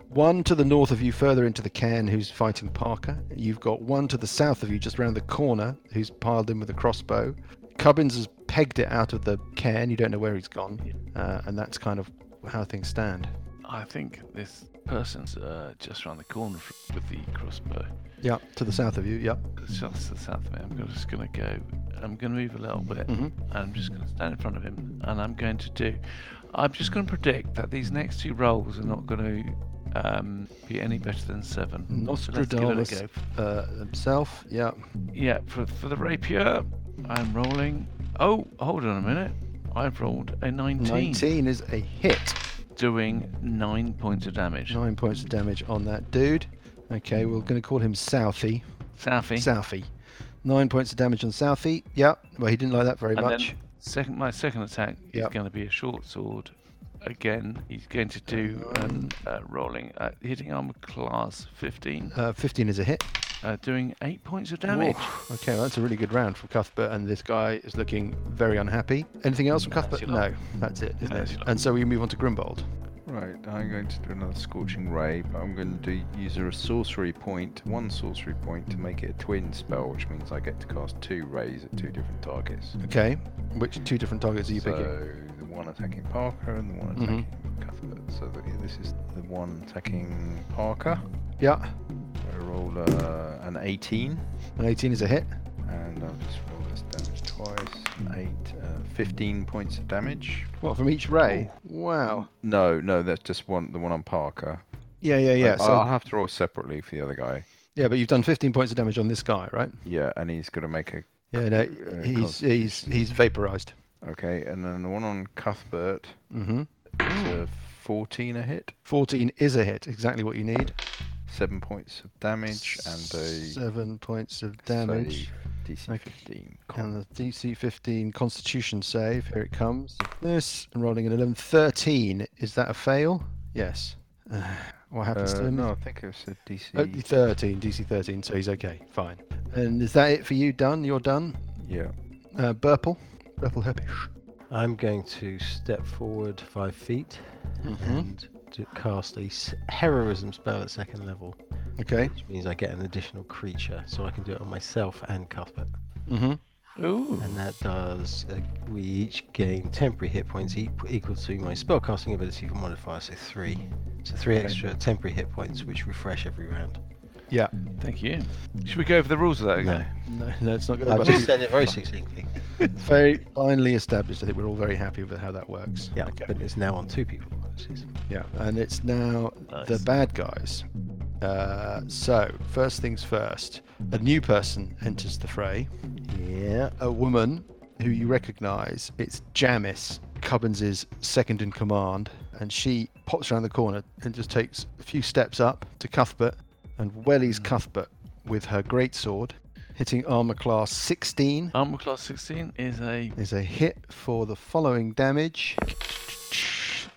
one to the north of you, further into the cairn, who's fighting Parker. You've got one to the south of you, just round the corner, who's piled in with a crossbow. Cubbins has pegged it out of the cairn. You don't know where he's gone, uh, and that's kind of how things stand. I think this person's uh, just around the corner fr- with the crossbow. Yeah, to the south of you. Yeah. It's just the south of me. I'm just going to go. I'm going to move a little bit. Mhm. And I'm just going to stand in front of him. And I'm going to do. I'm just going to predict that these next two rolls are not going to um, be any better than seven. Mm. So let's give it a Nostradamus go. uh, himself. Yeah. Yeah, for, for the rapier, I'm rolling. Oh, hold on a minute. I've rolled a 19, 19 is a hit. doing nine points of damage. Nine points of damage on that dude. Okay, we're going to call him Southie. Southie. Southie. Nine points of damage on Southie. Yeah. Well, he didn't like that very and much. then second, my second attack is Yep. going to be a short sword. Again, he's going to do um, uh, rolling, uh, hitting armor class 15, Uh, 15 is a hit. uh, doing eight points of damage. Woof. Okay, well, that's a really good round from Cuthbert, and this guy is looking very unhappy. Anything else from That's Cuthbert? your No, lot. that's it, isn't That's it? your lot. And so we move on to Grimbold. Right, I'm going to do another scorching ray, but I'm going to do use a sorcery point, one sorcery point to make it a twin spell, which means I get to cast two rays at two different targets. Okay, which two different targets are you so picking? the one attacking Parker and the one Mhm. attacking Cuthbert. So the, this is the one attacking Parker. Yeah, I roll uh, an 18, an 18 is a hit. and I'll just roll this damage twice. An eight, uh, 15 points of damage. What, from each ray? Wow. No, no, that's just one. The one on Parker. Yeah, yeah, yeah. Like, uh, so, I'll have to roll separately for the other guy. yeah, but you've done 15 points of damage on this guy, right? Yeah, and he's gonna make a Yeah, no, Uh, he's he's Constitution. he's vaporized. okay, and then the one on Cuthbert. hmm It's a 14 a hit, 14 is a hit, exactly what you need. seven points of damage, and a seven points of damage. save, DC Okay. 15. And the DC 15 Constitution save. Here it comes. This and rolling an 11, 13. Is that a fail? Yes. Uh, what happens to Uh, him? no, I think it was a DC. Oh, 13, DC 13, so he's okay, fine. And is that it for you, Done. You're done? Yeah. Uh, Burple? Burple Heppish. I'm going to step forward five feet and to cast a s- heroism spell at second level, Okay. which means I get an additional creature, so I can do it on myself and Cuthbert. Mm-hmm. Ooh. And that does, uh, we each gain temporary hit points e- equal to my spellcasting ability for modifier, so three. So three extra temporary hit points, which refresh every round. Yeah. Mm. Thank you. Should we go over the rules of that again? No, no, it's not good. I've just said it very succinctly. It's very finely established. I think we're all very happy with how that works. Yeah, but it's now on two people. which is- Yeah, and it's now the bad guys. Uh, so, first things first, a new person enters the fray. Yeah. A woman who you recognize, it's Jamis, Cubbins's second in command, and she pops around the corner and just takes a few steps up to Cuthbert and wellies Cuthbert with her greatsword, hitting armor class 16 Armor class 16 is a is a hit for the following damage.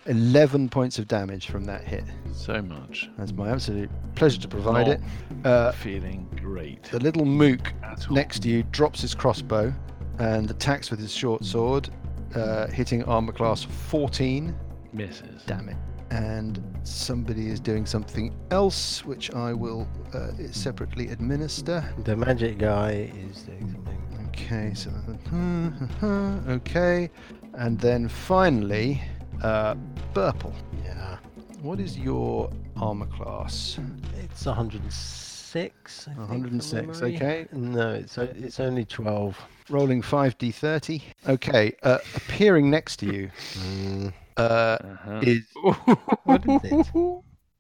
11 points of damage from that hit. so much. That's my absolute pleasure to provide it. Uh, Feeling great. the little mook Oh. That's next to you drops his crossbow and attacks with his short sword, uh, hitting armor class 14. all. misses. Damn it. And somebody is doing something else, which I will uh, separately administer. The magic guy is doing something. Okay, so uh-huh, okay, and then finally, uh, Burple. Yeah. What is your armor class? It's 106. I think, from 106, memory. okay. No, it's o- it's only 12. Rolling five d thirty. Okay, uh, appearing next to you Mm. uh, Uh-huh. is What is it?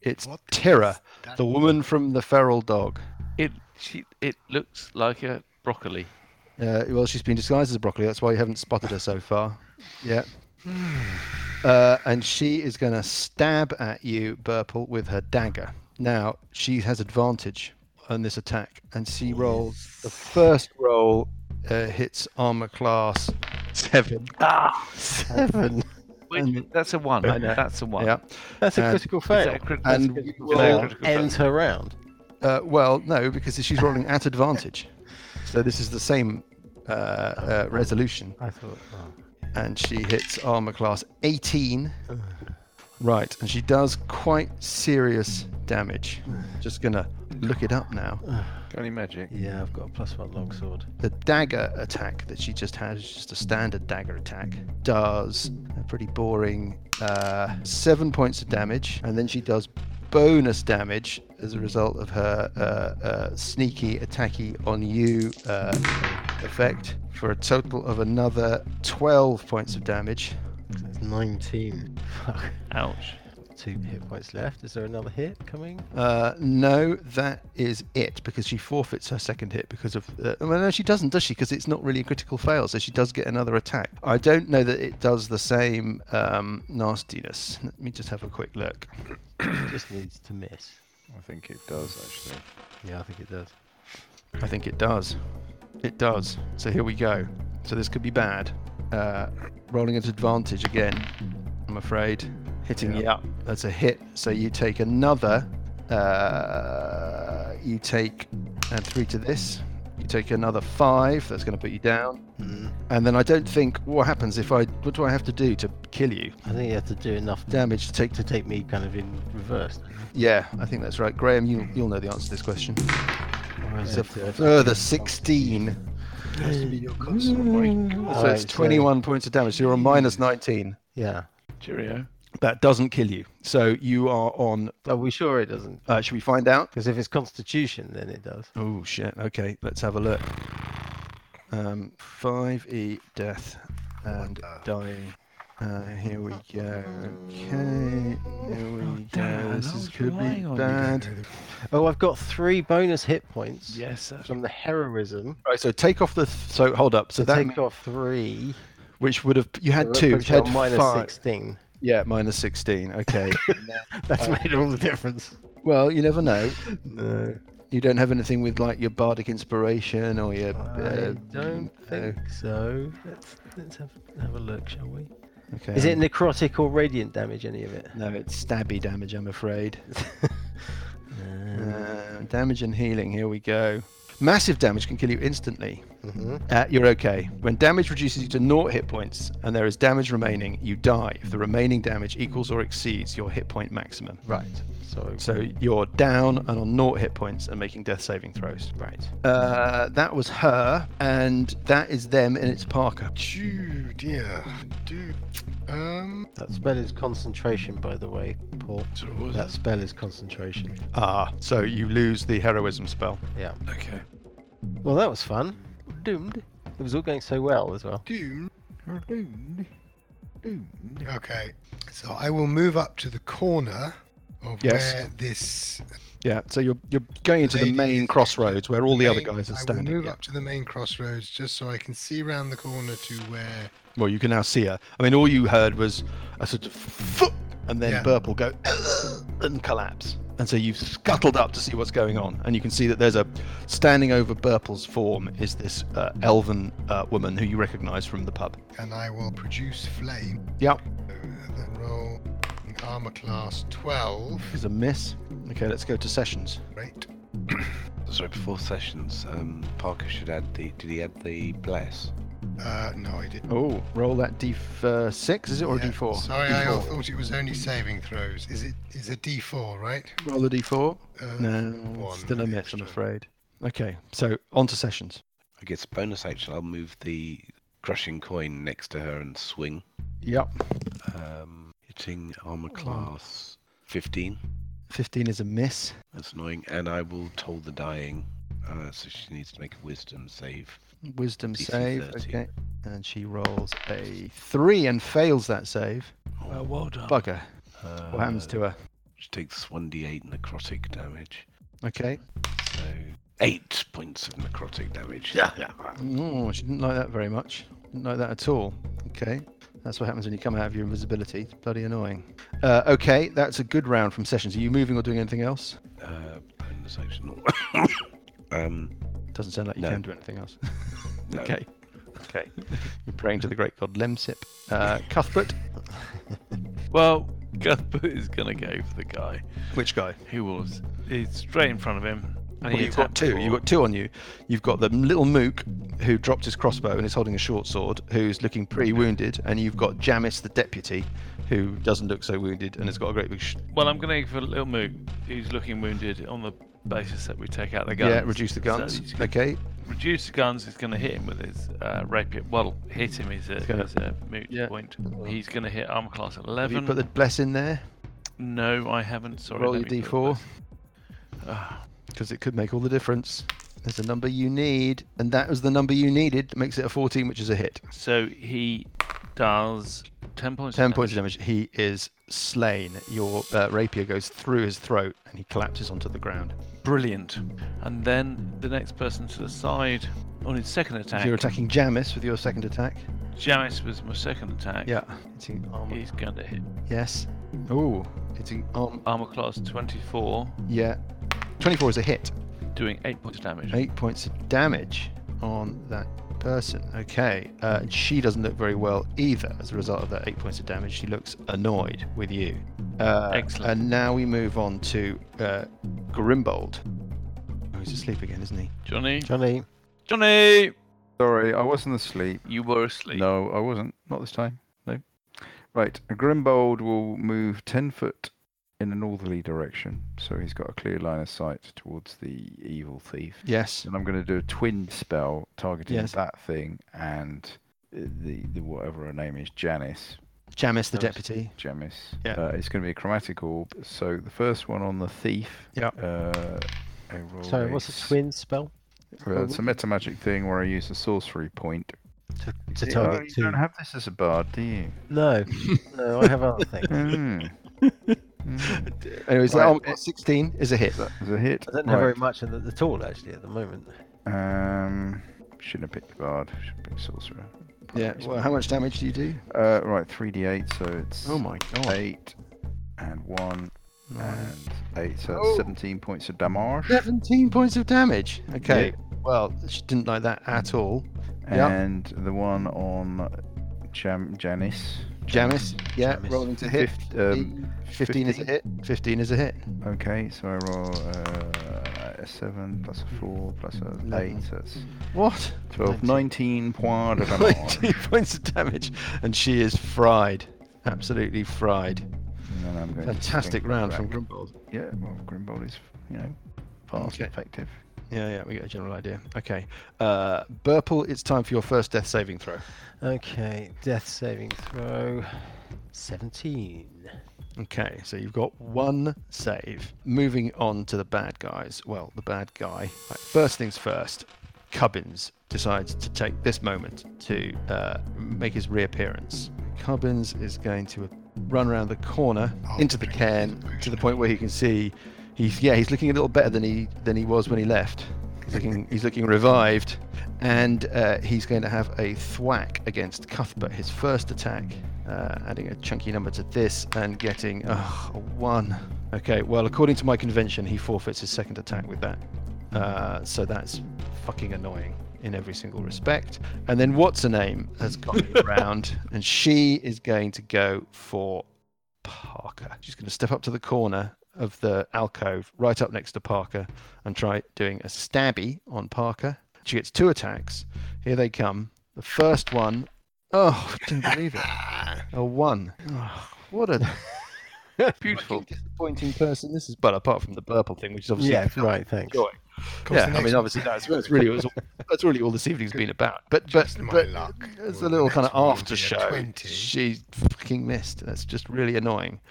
it's What Tira, is that? the woman from the feral dog. It she, it looks like a broccoli. Uh, well, she's been disguised as a broccoli. That's why you haven't spotted her so far. Yeah. Uh, and she is going to stab at you, Burple, with her dagger. Now, she has advantage on this attack, and she rolls. The first roll uh, hits armor class seven. Ah, Heaven. And- that's a one. I know. That's a one. Yeah. That's a And- critical Is fail. that a crit- that's a And crit- we is that a will- critical fail? End her round. uh, well, no, because she's rolling at advantage. So this is the same uh, uh, resolution. I thought. oh. and she hits armor class 18. Right, and she does quite serious damage. Just gonna look it up now. Got any magic? Yeah, I've got a plus one longsword. The dagger attack that she just had is just a standard dagger attack. Does a pretty boring uh, seven points of damage, and then she does bonus damage as a result of her uh, uh, sneaky attacky on you uh, effect for a total of another 12 points of damage. That's 19. Fuck. Ouch. Two hit points left. Is there another hit coming? Uh, no, that is it because she forfeits her second hit because of. Uh, well, no, she doesn't, does she? Because it's not really a critical fail, so she does get another attack. I don't know that it does the same um, nastiness. Let me just have a quick look. Just needs to miss. I think it does actually. Yeah, I think it does. I think it does. It does. So here we go. So this could be bad. Uh, rolling at advantage again, I'm afraid. Hitting you up. That's a hit. So you take another. Uh, you take add three to this. You take another five. That's going to put you down. And then I don't think what happens if I. What do I have to do to kill you? I think you have to do enough Damage to take to to. take me kind of in reverse. don't you? Yeah, I think that's right. Graham, you you'll know the answer to this question. Or is It's a it, uh, further 16. Has to be your console. Mm. So it's Alright, 21 points of damage. So you're on minus 19. Yeah. Cheerio. That doesn't kill you. So you are on. Are we sure it doesn't? Uh, should we find out? Because if it's Constitution, then it does. Oh shit. Okay, let's have a look. Um, 5e death and dying Uh, here we go. Okay, here Oh, we Dan, go. This I is, was could be relying on you. bad. Oh, I've got three bonus hit points Yes, that's from the heroism. Right, so take off the. Th- so hold up. So So that take off three. which would have you had so that two. puts You you had on minus five. sixteen. Uh, Yeah, minus sixteen. Okay. That's made all the difference. well, you never know. No. You don't have anything with like your bardic inspiration or your. I Uh, don't think so. Let's let's have, have a look, shall we? okay. Is it necrotic or radiant damage? Any of it? No, it's stabby damage. I'm afraid. No. Uh, damage and healing. Here we go. Massive damage can kill you instantly. Mhm. Uh, you're okay. When damage reduces you to naught hit points and there is damage remaining, you die if the remaining damage equals or exceeds your hit point maximum. Right. So So you're down and on naught hit points and making death saving throws. right. Uh, that was her, and that is them, and it's Parker. Phew, dear. Dude. Um, That spell is concentration, by the way, Paul. That spell is concentration. Ah, so you lose the heroism spell. Okay. Well, that was fun. Doomed. It was all going so well as well. Doom. Okay. So I will move up to the corner of Yes. where this Yeah, so you're you're going into the Lady main is- crossroads where all the other main- guys are I will standing. move yeah. up to the main crossroads just so I can see round the corner to where. Well, you can now see her. I mean, all you heard was a sort of foot, and then Yeah. Burple go and collapse. And so you've scuttled up to see what's going on, and you can see that there's a standing over Burple's form is this uh, elven uh, woman who you recognise from the pub. And I will produce flame. Yep, Uh, and then roll an armor class 12. is a miss. Okay, let's go to sessions. Right. Sorry, before sessions, um, Parker should add the. Did he add the bless? Uh, no, I didn't. Oh, roll that d6, is it, or Yeah, a d4? Sorry, I D4. thought it was only saving throws. Is it? Is a D4, right? Roll a d4. Uh, No, one still a miss, I'm extra. afraid. Okay, so on to sessions. I guess bonus action. I'll move the crushing coin next to her and swing. Yep, Um, hitting armor class 15. 15 is a miss. That's annoying. And I will toll the dying. Uh, so she needs to make a wisdom save. Wisdom DC save. 30. Okay. And she rolls a three and fails that save. uh, well done. Bugger. Uh, What happens to her? She takes 1d8 necrotic damage. Okay. So eight points of necrotic damage. Oh, she didn't like that very much. Didn't like that at all. Okay. That's what happens when you come out of your invisibility. It's bloody annoying. Uh, okay, that's a good round from sessions. Are you moving or doing anything else? Uh, bonus action. um, Doesn't sound like you No. can do anything else. no. Okay. Okay. You're praying to the great god Lemsip. Uh, Cuthbert. Well, Cuthbert is going to go for the guy Which guy? who was he's straight in front of him. And Well, he you've got attacked two. You've before. got two on you. You've got the little mook who dropped his crossbow and is holding a short sword, who's looking pretty wounded, and you've got Jamis the deputy, who doesn't look so wounded and has got a great big sh- Well, I'm going to go for little Mook, who's looking wounded on the basis that we take out the guns. yeah, reduce the So guns. he's gonna- okay. reduce the guns. He's going to hit him with his uh, rapier. Well, hit him is a, gonna- is a moot Yeah. point. He's going to hit armor class Have you 11. put the bless in there No, I haven't. Sorry. Roll let your me put D4. this- Ah, because it could make all the difference. There's a number you need, and that was the number you needed. That makes it a 14, which is a hit. so he does 10 points. of 10 points of damage. He is slain. Your uh, rapier goes through his throat, and he collapses onto the ground. Brilliant. And then the next person to the side on his second So attack. you're attacking Jamis with your second attack. Jamis was my second attack. Yeah. Hitting armor. He's going to hit Yes. Oh, hitting arm. armor class 24, Yeah. 24 is a hit. doing 8 points of damage. Eight points of damage on that person. Okay. Uh, and she doesn't look very well either as a result of that eight points of damage. She looks annoyed with you. Uh, Excellent. And now we move on to uh, Grimbold. Oh, he's asleep again, isn't he? Johnny. Johnny, Johnny! Sorry, I wasn't asleep. You were asleep. No, I wasn't. Not this time. No. Right. Grimbold will move 10 foot in a northerly direction. So he's got a clear line of sight towards the evil thief. Yes. And I'm going to do a twin spell targeting Yes. that thing and uh, the, the whatever her name is, Janice. Jamis, the Nice. deputy. Jamis. Yeah. Uh, it's going to be a chromatic orb. So the first one on the thief. Yeah. Uh, I roll sorry, what's a s- twin spell? Uh, it's a meta magic thing where I use a sorcery point to, to Yeah, target you two. don't have this as a bard, do you? No, no, I have other things. Mm. Mm. Anyways, Right, oh, it- 16 is a hit. There's a hit. I don't have Right. very much at the, the all actually at the moment. Um, shouldn't have picked the bard. Should have picked sorcerer. Yeah. Well, how much damage do you do? Uh, right, three d8, so it's Oh my god. eight and one and eight, so that's Oh. seventeen points of damage. 17 points of damage. Okay. Well, she didn't like that at all. yeah. And the one on Jam- Janice. Janice, yeah, Janice. rolling to hit. Fif- um, 15 is a 15? hit. 15 is a hit. Okay, so I roll uh, a seven plus a four plus a Eleven. Mm-hmm. eight. So that's What? 12, 19 points of damage. 19 points of damage. And she is fried. Absolutely fried. And then I'm going to Fantastic swing round from back. Grumbold. Yeah, well, Grimbold is, you know, fast, Okay. effective. Yeah, yeah, we get a general idea. Okay. Uh, Burple, it's time for your first death saving throw. Okay, death saving throw, seventeen. Okay, so you've got one save. Moving on to the bad guys. Well, the bad guy. Right, first things first, Cubbins decides to take this moment to uh, make his reappearance. Cubbins is going to run around the corner Oh, into the drink cairn this to the point where he can see. He's yeah, he's looking a little better than he than he was when he left. He's looking he's looking revived, and uh, he's going to have a thwack against Cuthbert. His first attack, uh, adding a chunky number to this and getting uh, a one. Okay, well according to my convention, he forfeits his second attack with that. Uh, so that's fucking annoying in every single respect. And then what's her name has got me around, and she is going to go for Parker. She's going to step up to the corner of the alcove, right up next to Parker, and try doing a stabby on Parker. She gets two attacks. Here they come. The first one, oh, I didn't believe it. A one. Oh, what a Beautiful. fucking disappointing person this is. But apart from the purple thing, which is obviously Yeah, right. Thanks. joy. course, Yeah, the I next mean, obviously that's, that's really that's all, that's really all this evening's been about. But but Just my but luck. it's a Well, little the kind of next one will after be a show. 20. She fucking missed. That's just really annoying.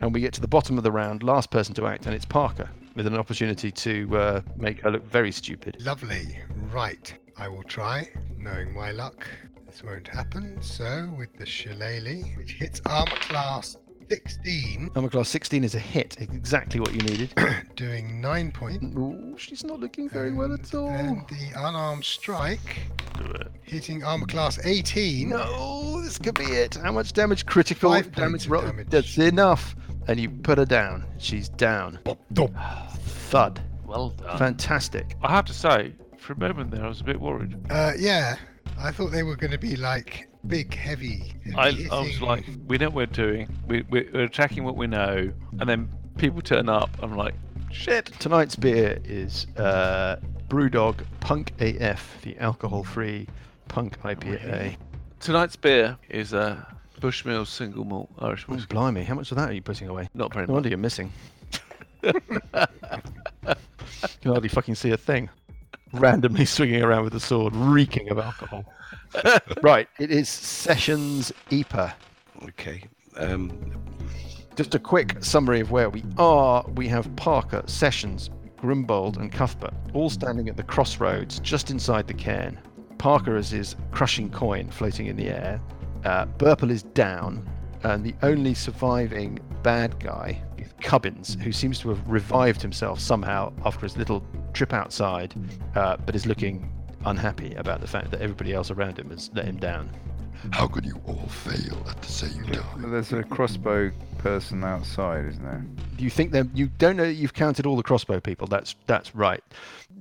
And we get to the bottom of the round, last person to act, and it's Parker with an opportunity to uh, make her look very stupid. Lovely. Right. I will try, knowing my luck. This won't happen. So, with the shillelagh, which hits armor class 16, Armor class 16 is a hit, exactly what you needed. doing 9 points. Ooh, she's not looking very well at all. And the unarmed strike, hitting armor class 18. No, this could be it. How much damage? Critical Five points damage, of roll. damage. That's enough. And you put her down. She's down. Bop, dop. Thud. Well done. Fantastic. I have to say, for a moment there, I was a bit worried. Uh, yeah, I thought they were going to be like big, heavy. I, heavy I was hitting. like, we know what we're doing. We, we- we're attacking what we know, and then people turn up. I'm like, shit. Tonight's beer is uh, Brewdog Punk AF, the alcohol-free punk IPA. Tonight's beer is a Bushmill single malt Irish Oh, whiskey. blimey, how much of that are you putting away? Not very No much. wonder you're missing. Can hardly fucking see a thing. Randomly swinging around with a sword, reeking of alcohol. right, it is Sessions EPA. Okay. Um, Just a quick summary of where we are. We have Parker, Sessions, Grimbold, and Cuthbert all standing at the crossroads just inside the cairn. Parker is his crushing coin floating in the air. Uh, Burple is down, and the only surviving bad guy is Cubbins, who seems to have revived himself somehow after his little trip outside, uh, but is looking unhappy about the fact that everybody else around him has let him down. How could you all fail at the same time? Well, there's a crossbow person outside, isn't there? you think that you don't know that you've counted all the crossbow people that's that's right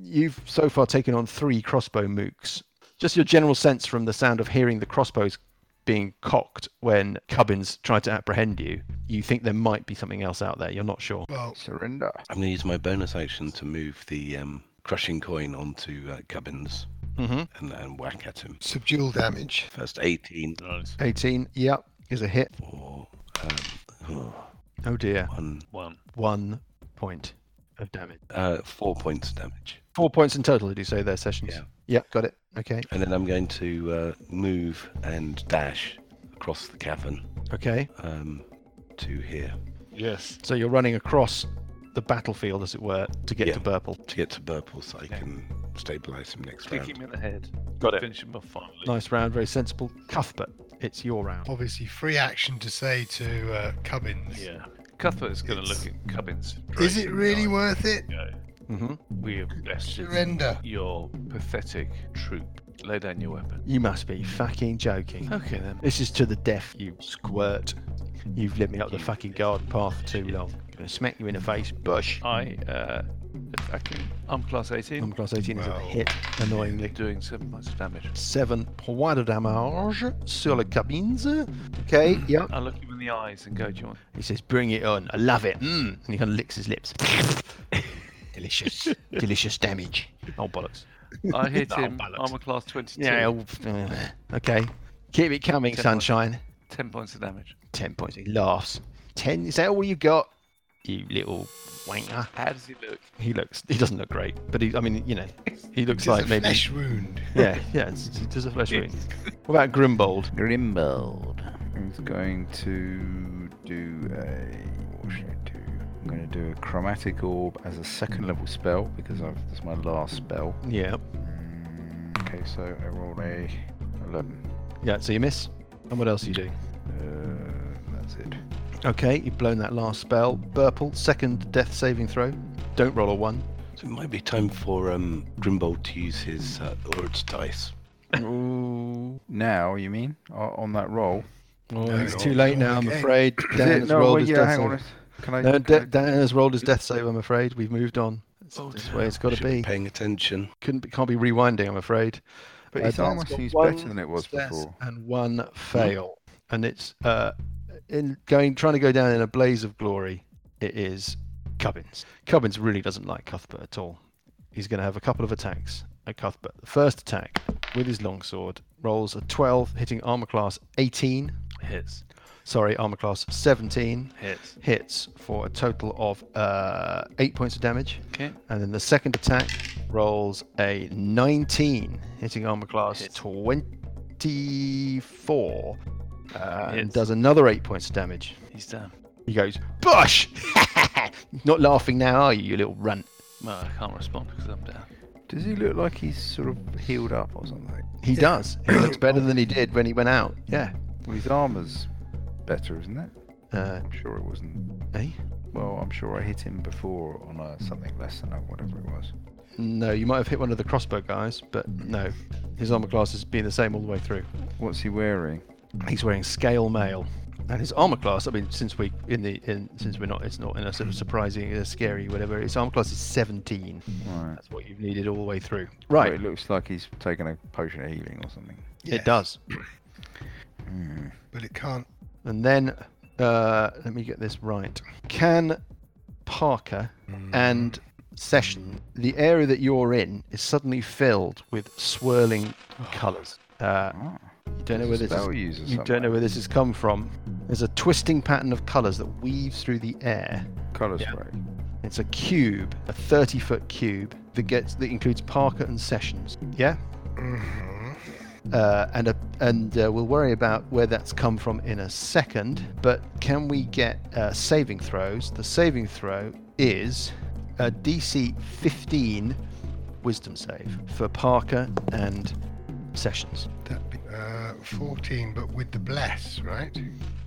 you've so far taken on three crossbow mooks just your general sense from the sound of hearing the crossbows being cocked when cubbins tried to apprehend you you think there might be something else out there you're not sure well, Surrender. I'm going to use my bonus action to move the um, crushing coin onto uh, Cubbins Mhm. Mm-hmm. and, and whack at him. subdual damage. First 18 18 yep is a hit or um, oh, oh dear one, One. one point of damage uh, four points damage. four points in total did you say there sessions Yeah. yeah got it okay And then I'm going to uh, move and dash across the cavern okay um, to here Yes. so you're running across the battlefield as it were to get Yeah. to burple to get to Burple so I can stabilize him next Kick him round. in the head. Got it. Finish him off finally. Nice round, very sensible. Cuthbert, it's your round. Obviously, free action to say to uh, Cubbins. Yeah. Cuthbert's going to It's- look at Cubbins. Is it really worth it? hmm We have bested Surrender. your pathetic troop. Lay down your weapon. You must be fucking joking. Okay then. This is to the death, you squirt. You've led me up the fucking garden path for too long. gonna smack you in the face, bush. I uh, attack him. I'm class 18. I'm class 18 is a Well, hit, annoyingly. doing seven points of damage. Seven points de damage sur le cabines. Okay, yep. I look him in the eyes and go, "Do you want?" He says, "Bring it on! I love it." Mm. And he kind of licks his lips. delicious, delicious damage. Oh bollocks! I hit Oh, him. bollocks. I'm a class 22. Yeah. oh, f- okay. Keep it coming, Ten points. sunshine. Ten points of damage. Ten points. He laughs. Ten. Is that all you got? You little wanker. How does he look? He looks. He doesn't look great, but he. I mean, you know, he looks It's like a maybe. flesh wound. Yeah. Yeah. It's, it's just a flesh wound. What about Grimbold? Grimbold. He's going to do a. What should I do? I'm going to do a chromatic orb as a second level spell because I've, that's my last spell. Yeah. Mm, okay, so I rolled a 11. Yeah. So you miss. And what else are you doing? Uh, that's it. Okay, you've blown that last spell. Burple, second death saving throw. Don't roll a one. So it might be time for um, Grimbold to use his uh, Lord's dice. Now, you mean? O- on that roll? Oh, No, it's no, too no, late now, I'm okay. afraid. Dan has rolled his death save. Can I, No, can Da- I- Dan has rolled his death save, I'm afraid. We've moved on. It's Oh, this dear. way it's got to Should be. Paying attention. Couldn't be, can't be rewinding, I'm afraid. but Uh, his armor Dan's got seems one better than it was success before. And one fail. And it's uh, in going trying to go down in a blaze of glory. It is Cubbins. Cubbins really doesn't like Cuthbert at all. He's going to have a couple of attacks at Cuthbert. The first attack with his longsword rolls a 12, hitting armor class 18. Hits. Sorry, armor class 17 Hits. hits for a total of uh, eight points of damage. Okay. And then the second attack rolls a 19, hitting armor class 24, uh, and Hits. does another eight points of damage. He's down. He goes, Bush! Not laughing now, are you, you little runt? Well, I can't respond because I'm down. Does he look like he's sort of healed up or something? He does. He looks better than he did when he went out. Yeah. Well, his armor's better, isn't it? Uh, I'm sure it wasn't. eh? Well, I'm sure I hit him before on uh something less than that, whatever it was. No, you might have hit one of the crossbow guys, but no. His armor class has been the same all the way through. What's he wearing? He's wearing scale mail, and his armor class. I mean, since we in the in since we're not, it's not in a sort of surprising, uh, scary, whatever. His armor class is 17. Right. That's what you've needed all the way through. Well, Right, it looks like he's taken a potion of healing or something. it does. Hmm. But it can't. And then uh, let me get this right. Can Parker and Session, the area that you're in is suddenly filled with swirling colours. Uh, Ah, you don't know where this is spell user You don't know where this has come from. There's a twisting pattern of colours that weaves through the air. Color Yeah. spray. It's a cube, a 30 foot cube that gets that includes Parker and Sessions. Yeah, Mhm. uh, and a, and uh, we'll worry about where that's come from in a second. But can we get uh, saving throws? The saving throw is a DC 15 Wisdom save for Parker and Sessions. That'd be uh, 14, but with the bless, right?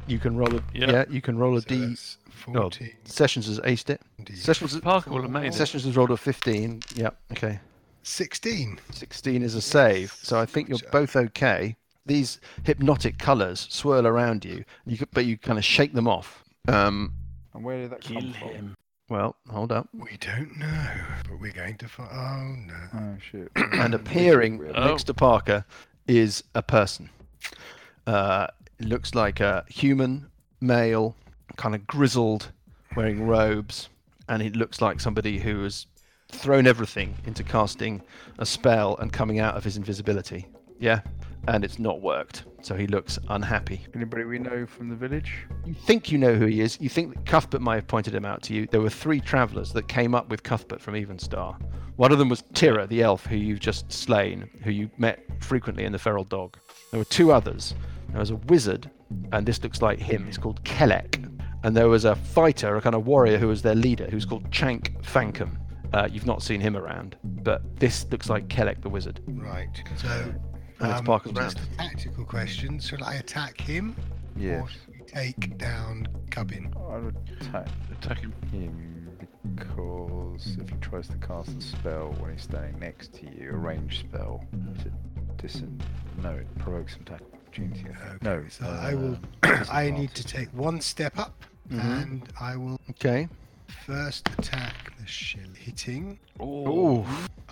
You can roll a Yeah. yeah. You can roll a So D. that's 14. Sessions has aced it. D- Sessions Parker will have made it. Sessions has rolled a 15. Yeah. Okay. 16. 16 is a save, so I think you're Gotcha. both okay. These hypnotic colours swirl around you, you c- but you kind of shake them off. Um, And where did that Kill come from? him. well, hold up. We don't know, but we're going to find. Oh, no. Oh shit. And appearing Weird. next to Parker is a person. Uh, it looks like a human, male, kind of grizzled, wearing robes, and it looks like somebody who has thrown everything into casting a spell and coming out of his invisibility. Yeah, and it's not worked, so he looks unhappy. Anybody we know from the village? You think you know who he is. You think that Cuthbert might have pointed him out to you. There were three travellers that came up with Cuthbert from Evenstar. One of them was Tira, the elf who you've just slain, who you met frequently in the Feral Dog. There were two others. There was a wizard, and this looks like him. He's called Kelek. And there was a fighter, a kind of warrior who was their leader, who's called Chank Fankum. Uh, you've not seen him around, but this looks like Kelek the wizard. Right. So. And it's um, Parker's just round. a tactical question. Should I attack him Yes. or should we take down Cubbin? I would attack Attack him. him because if he tries to cast a spell when he's standing next to you, a ranged spell, Mm-hmm. to distant. No, it provokes an attack opportunity. I think. Okay, no, so I will. uh, I need to disadvantage. take one step up, and I will Mm-hmm. Okay. first attack the shell hitting. Ooh.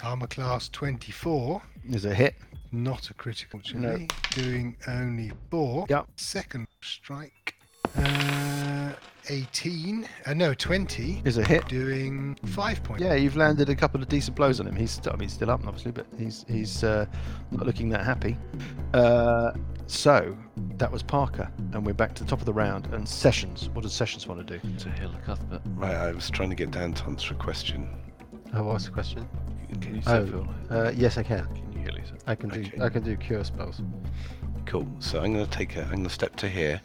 Armor class 24, There's a hit. not a critical, fortunately. Doing only four. Yep. Second strike, uh, 18. Uh, no, 20. Is a hit. Doing five points. Yeah, you've landed a couple of decent blows on him. He's, I mean, he's still up, obviously, but he's he's uh, not looking that happy. Uh, so that was Parker, and we're back to the top of the round. And Sessions, what does Sessions want to do? to Hill Cuthbert. Right, I was trying to get Dan to answer a question. Oh, what's the question? Can you Oh, still feel Uh, yes, I can. Can you hear Lisa? I can do. Okay. I can do cure spells. Cool. So I'm going to take a. I'm going to step to here.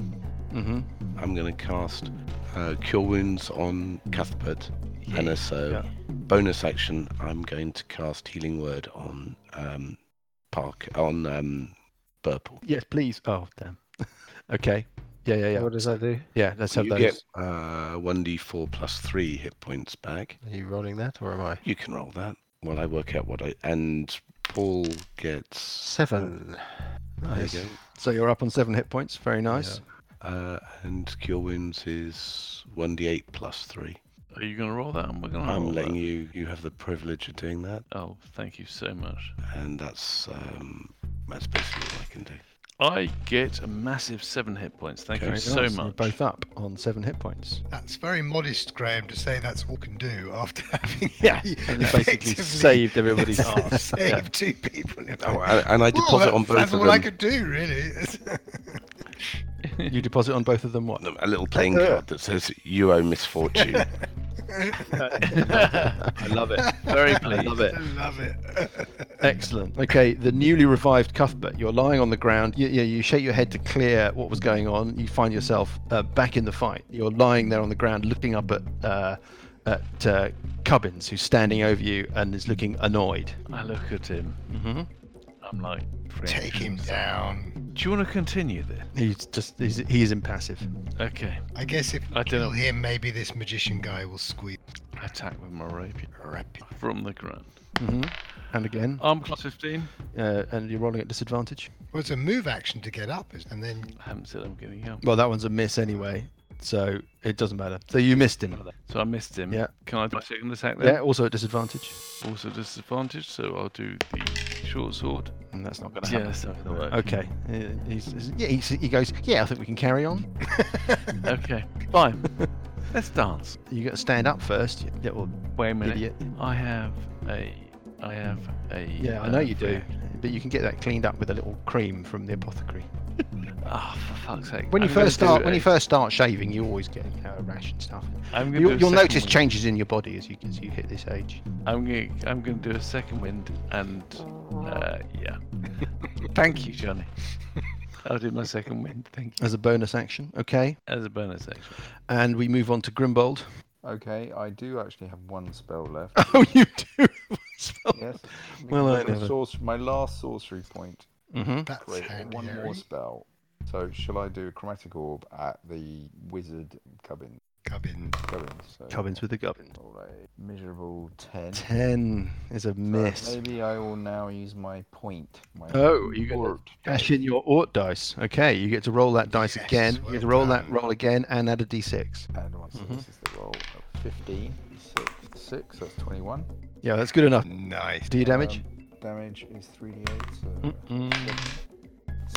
Mm-hmm. I'm going to cast uh, Cure Wounds on Cuthbert, and as a bonus action, I'm going to cast Healing Word on um, Park on um, Burple. Yes, please. Oh, damn. okay. Yeah, yeah, yeah. What does that do? Yeah, let's have you those. get uh, one d4 plus three hit points back. Are you rolling that, or am I? You can roll that while I work out what I and Paul gets. Seven. There you Nice. go. So you're up on seven hit points. Very nice. Uh, and Cure Wounds is one d8 plus three. Are you going to roll that? And we're going to I'm roll letting that? you. You have the privilege of doing that, Oh, thank you so much. and that's um, that's basically all I can do. I get a massive seven hit points. Thank Okay, you Very so nice. You're much. both up on seven hit points. That's very modest, Graham, to say that's all can do after having Yeah, and you basically effectively saved everybody's ass. saved two people. In Oh, and, and I deposit on both That's of all them I could do, really. You deposit on both of them what? a little playing card that says "You owe misfortune." I love it. Very pleased. love it. I love it. Excellent. Okay, the newly revived Cuthbert. You're lying on the ground. You, you, you shake your head to clear what was going on. You find yourself uh, back in the fight. You're lying there on the ground, looking up at uh, at uh, Cubbins, who's standing over you and is looking annoyed. I look at him. Mm-hmm. I'm like, Take him down. do you want to continue this? He's just he's, he's impassive. Okay. I guess if I I dunno. kill him, maybe this magician guy will squeeze. Attack with my rapier. From the ground. hmm And again, Arm class 15. uh, and you're rolling at disadvantage. Well, it's a move action to get up, is- and then I haven't said I'm getting up. Well, that one's a miss anyway, so it doesn't matter. So you missed him. So I missed him. Yeah. Can I do my second attack Yeah, then? also at disadvantage. Also disadvantage, so I'll do the short sword. And that's not going to Yeah, happen. that's not going to work. Okay. Uh, He's, he's- yeah, he's, he goes, yeah, I think we can carry on. Okay. Fine. Let's dance. You got to stand up first, you little Wait a minute. idiot. I have a. I have a. uh, Yeah, I know you do, Uh, but you can get that cleaned up with a little cream from the apothecary. Oh, for fuck's sake. When you I'm gonna first do start, when a- you first start shaving, you always get you know, a rash and stuff. I'm gonna You, do a you'll second notice wind. changes in your body as you as you hit this age. I'm gonna, I'm gonna do a second wind, and uh, yeah. Thank you, Johnny. I'll do my second wind. Thank you. As a bonus action, okay. As a bonus action. And we move on to Grimbold. Okay, I do actually have one spell left. Oh, you do. Spell. yes. Well, I because my never- sorcer- my last sorcery point hmm that's Great. handy, One Harry. more spell. So shall I do a chromatic orb at the wizard Cubbin? Cubbin. Cubbin. So Cubbins with the gubbins. roll a miserable ten. Ten is a So miss. Maybe I will now use my point. My Oh, you got orb Cash dice. in your Ort dice. Okay, you get to roll that dice Yes, again. well you get to roll that done. roll again and add a d6. And once Mhm. this is the roll of 15, 6, 6, that's 21. Yeah, that's good enough. Nice. Do you damage? Um, damage is 3d8, so Mm-mm.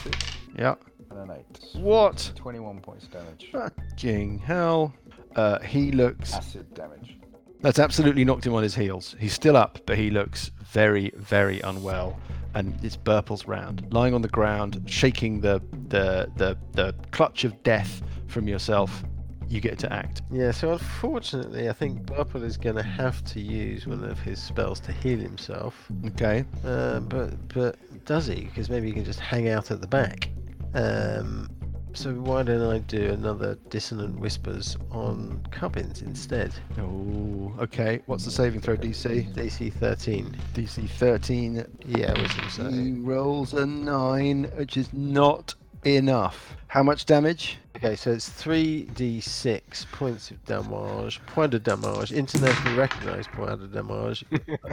6 Yeah. and an 8. What? 21 points damage. Fucking hell. Uh, he looks. Acid damage. That's absolutely knocked him on his heels. He's still up, but he looks very, very unwell. And it's Burple's round, lying on the ground, shaking the the the, the clutch of death from yourself. You get to act. Yeah, so unfortunately, I think Burple is going to have to use one of his spells to heal himself. Okay. Uh, but but does he? Because maybe he can just hang out at the back. Um, So why don't I do another dissonant whispers on Cubbins instead? Oh, okay. What's the saving throw DC? DC 13. DC 13. Yeah, wisdom He Mm. saving. rolls a nine, which is not enough. How much damage? Okay, so it's 3d6 points of damage, point of damage, internationally recognized point of damage,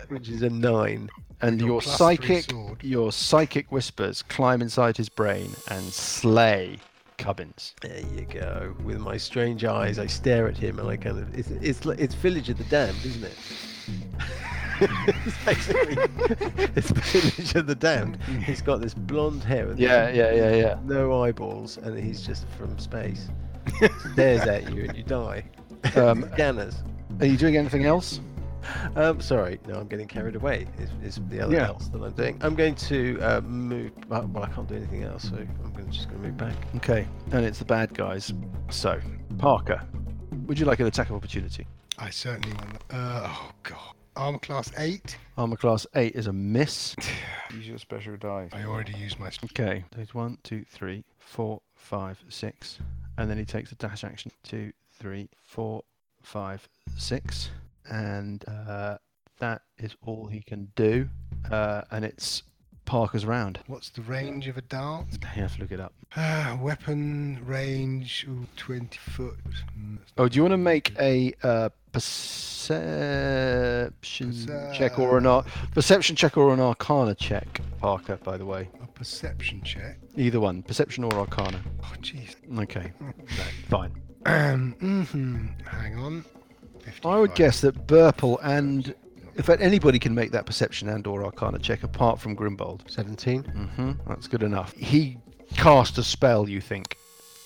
which is a 9. And your, plus three psychic, sword. your psychic whispers climb inside his brain and slay Cubbins. There you go. With my strange eyes, I stare at him and I kind of. It's, it's, li- it's Village of the Damned, isn't it? it's basically. it's Village of the Damned. He's got this blonde hair and yeah, yeah, yeah. no eyeballs, and he's just from space. Stares at you and you die. Um, Scanners. Are you doing anything else? Um, sorry, no, I'm getting carried away. Is, is the other Yeah. else that I'm doing? I'm going to uh, move. Well, well, I can't do anything else, so I'm gonna, just going to move back. Okay. And it's the bad guys. So, Parker, would you like an attack of opportunity? I certainly won. that. Uh, oh god. Armor class eight. Armor class 8 is a miss. Use your special die. I already used my. Okay. There's one, two, three, four, five, six. And then he takes a dash action. Two, three, four, five, six. And uh, that is all he can do. Uh, and it's Parker's round. What's the range of a dart? You have to look it up. Ah, weapon range ooh, 20 foot. Mm, that's Oh, do you want to make a uh, perception check or an ar- perception check or an arcana check, Parker? By the way, not A perception check. either one, perception or arcana. Oh, jeez. Okay, fine. Um, mhm, Hang on. I would 55. guess that Burple and, in fact, anybody can make that perception and or arcana check apart from Grimbold. 17. hmm That's good enough. He cast a spell, you think?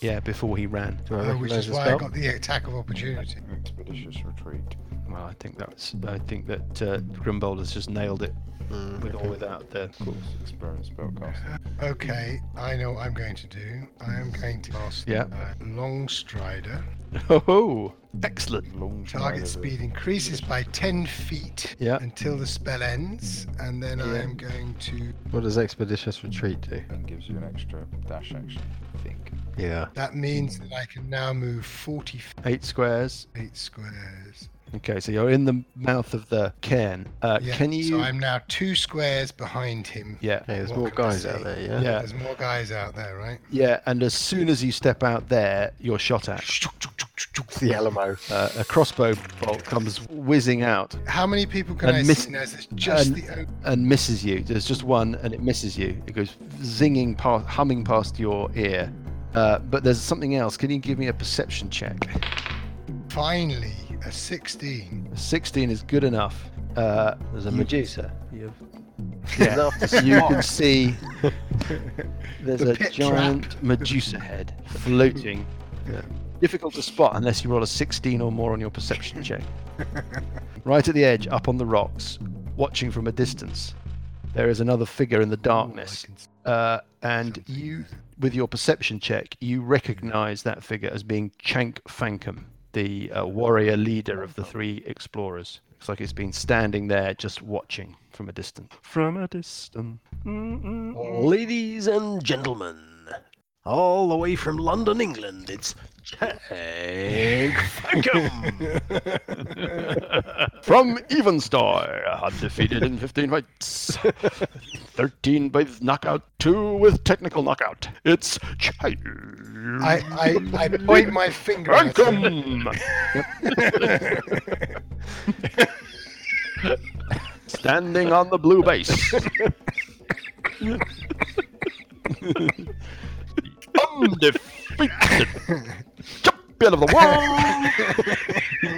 Yeah, before he ran. Do I Oh, which recognize is the why I spell? got the attack of opportunity. Expeditious retreat. Well, I think that's. I think that uh, Grimbold has just nailed it Mm, with or without the Of course, experience spellcaster. Okay, I know what I'm going to do. I am going to cast Yeah. uh, Long Strider. Oh, excellent. Long Target speed increases by 10 feet Yeah. until the spell ends, and then I Yeah. am going to. What does Expeditious Retreat do? and gives you an extra dash action. I think. Yeah. That means that I can now move 48 Eight squares. squares. Okay, so you're in the mouth of the cairn. Uh, Yeah, can you? So I'm now two squares behind him. Yeah, Hey, there's What more can I guys out say? there, yeah? Yeah. There's more guys out there, right? yeah. And as soon as you step out there, you're shot at. It's the Alamo. Uh, a crossbow bolt comes whizzing out How many people can And I miss- see now? Is this just and- the open? and misses you. There's just one, and it misses you. It goes zinging past, humming past your ear. Uh, but there's something else. Can you give me a perception check? Finally, a 16. 16 is good enough. Uh, There's a You- Medusa. You've... Yeah. you can see there's The a pit giant Medusa head floating. Difficult to spot unless you roll a 16 or more on your perception check. right at the edge, up on the rocks, watching from a distance, there is another figure in the darkness. Uh, and you, with your perception check, you recognize that figure as being Chank Fankum, the uh, warrior leader of the three explorers. Looks like it's been standing there just watching from a distance. From a distance. Ladies and gentlemen, all the way from London, England, it's Jack Fankum. From Evenstar, undefeated in 15 fights, 13 by knockout, 2 with technical knockout. It's Chank I, I, I point my finger at him. Fankum! Standing on the blue base. Undefeated champion of the world.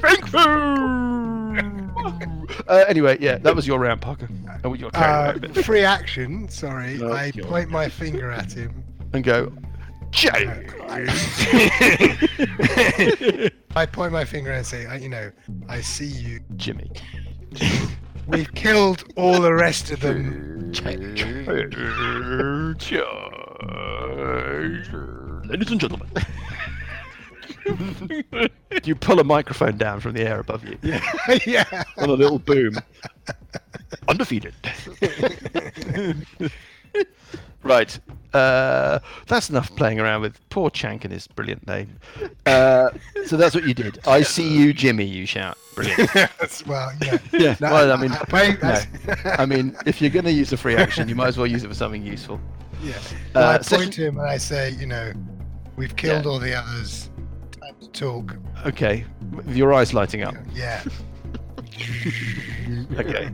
Thank you. Uh, anyway, yeah, that was your round, Parker. That was your Uh, carry round bit. free action, sorry. No, I you're- point my finger at him. and go. I point my finger and say, I, you know, I see you. Jimmy. We've killed all the rest of them. Ladies and gentlemen. you pull a microphone down from the air above you yeah. on a little boom. Undefeated. Right. Uh, that's enough playing around with poor Chank and his brilliant name. Uh, so that's what you did. I see you, Jimmy. You shout. Brilliant. Yes, well, yeah. Yeah. No, well, I mean, wait, no. that's- I mean, if you're going to use a free action, you might as well use it for something useful. yeah. Uh, I point session- to him and I say, you know, we've killed all the others. Time to talk. Okay. With your eyes lighting up. Yeah. Okay.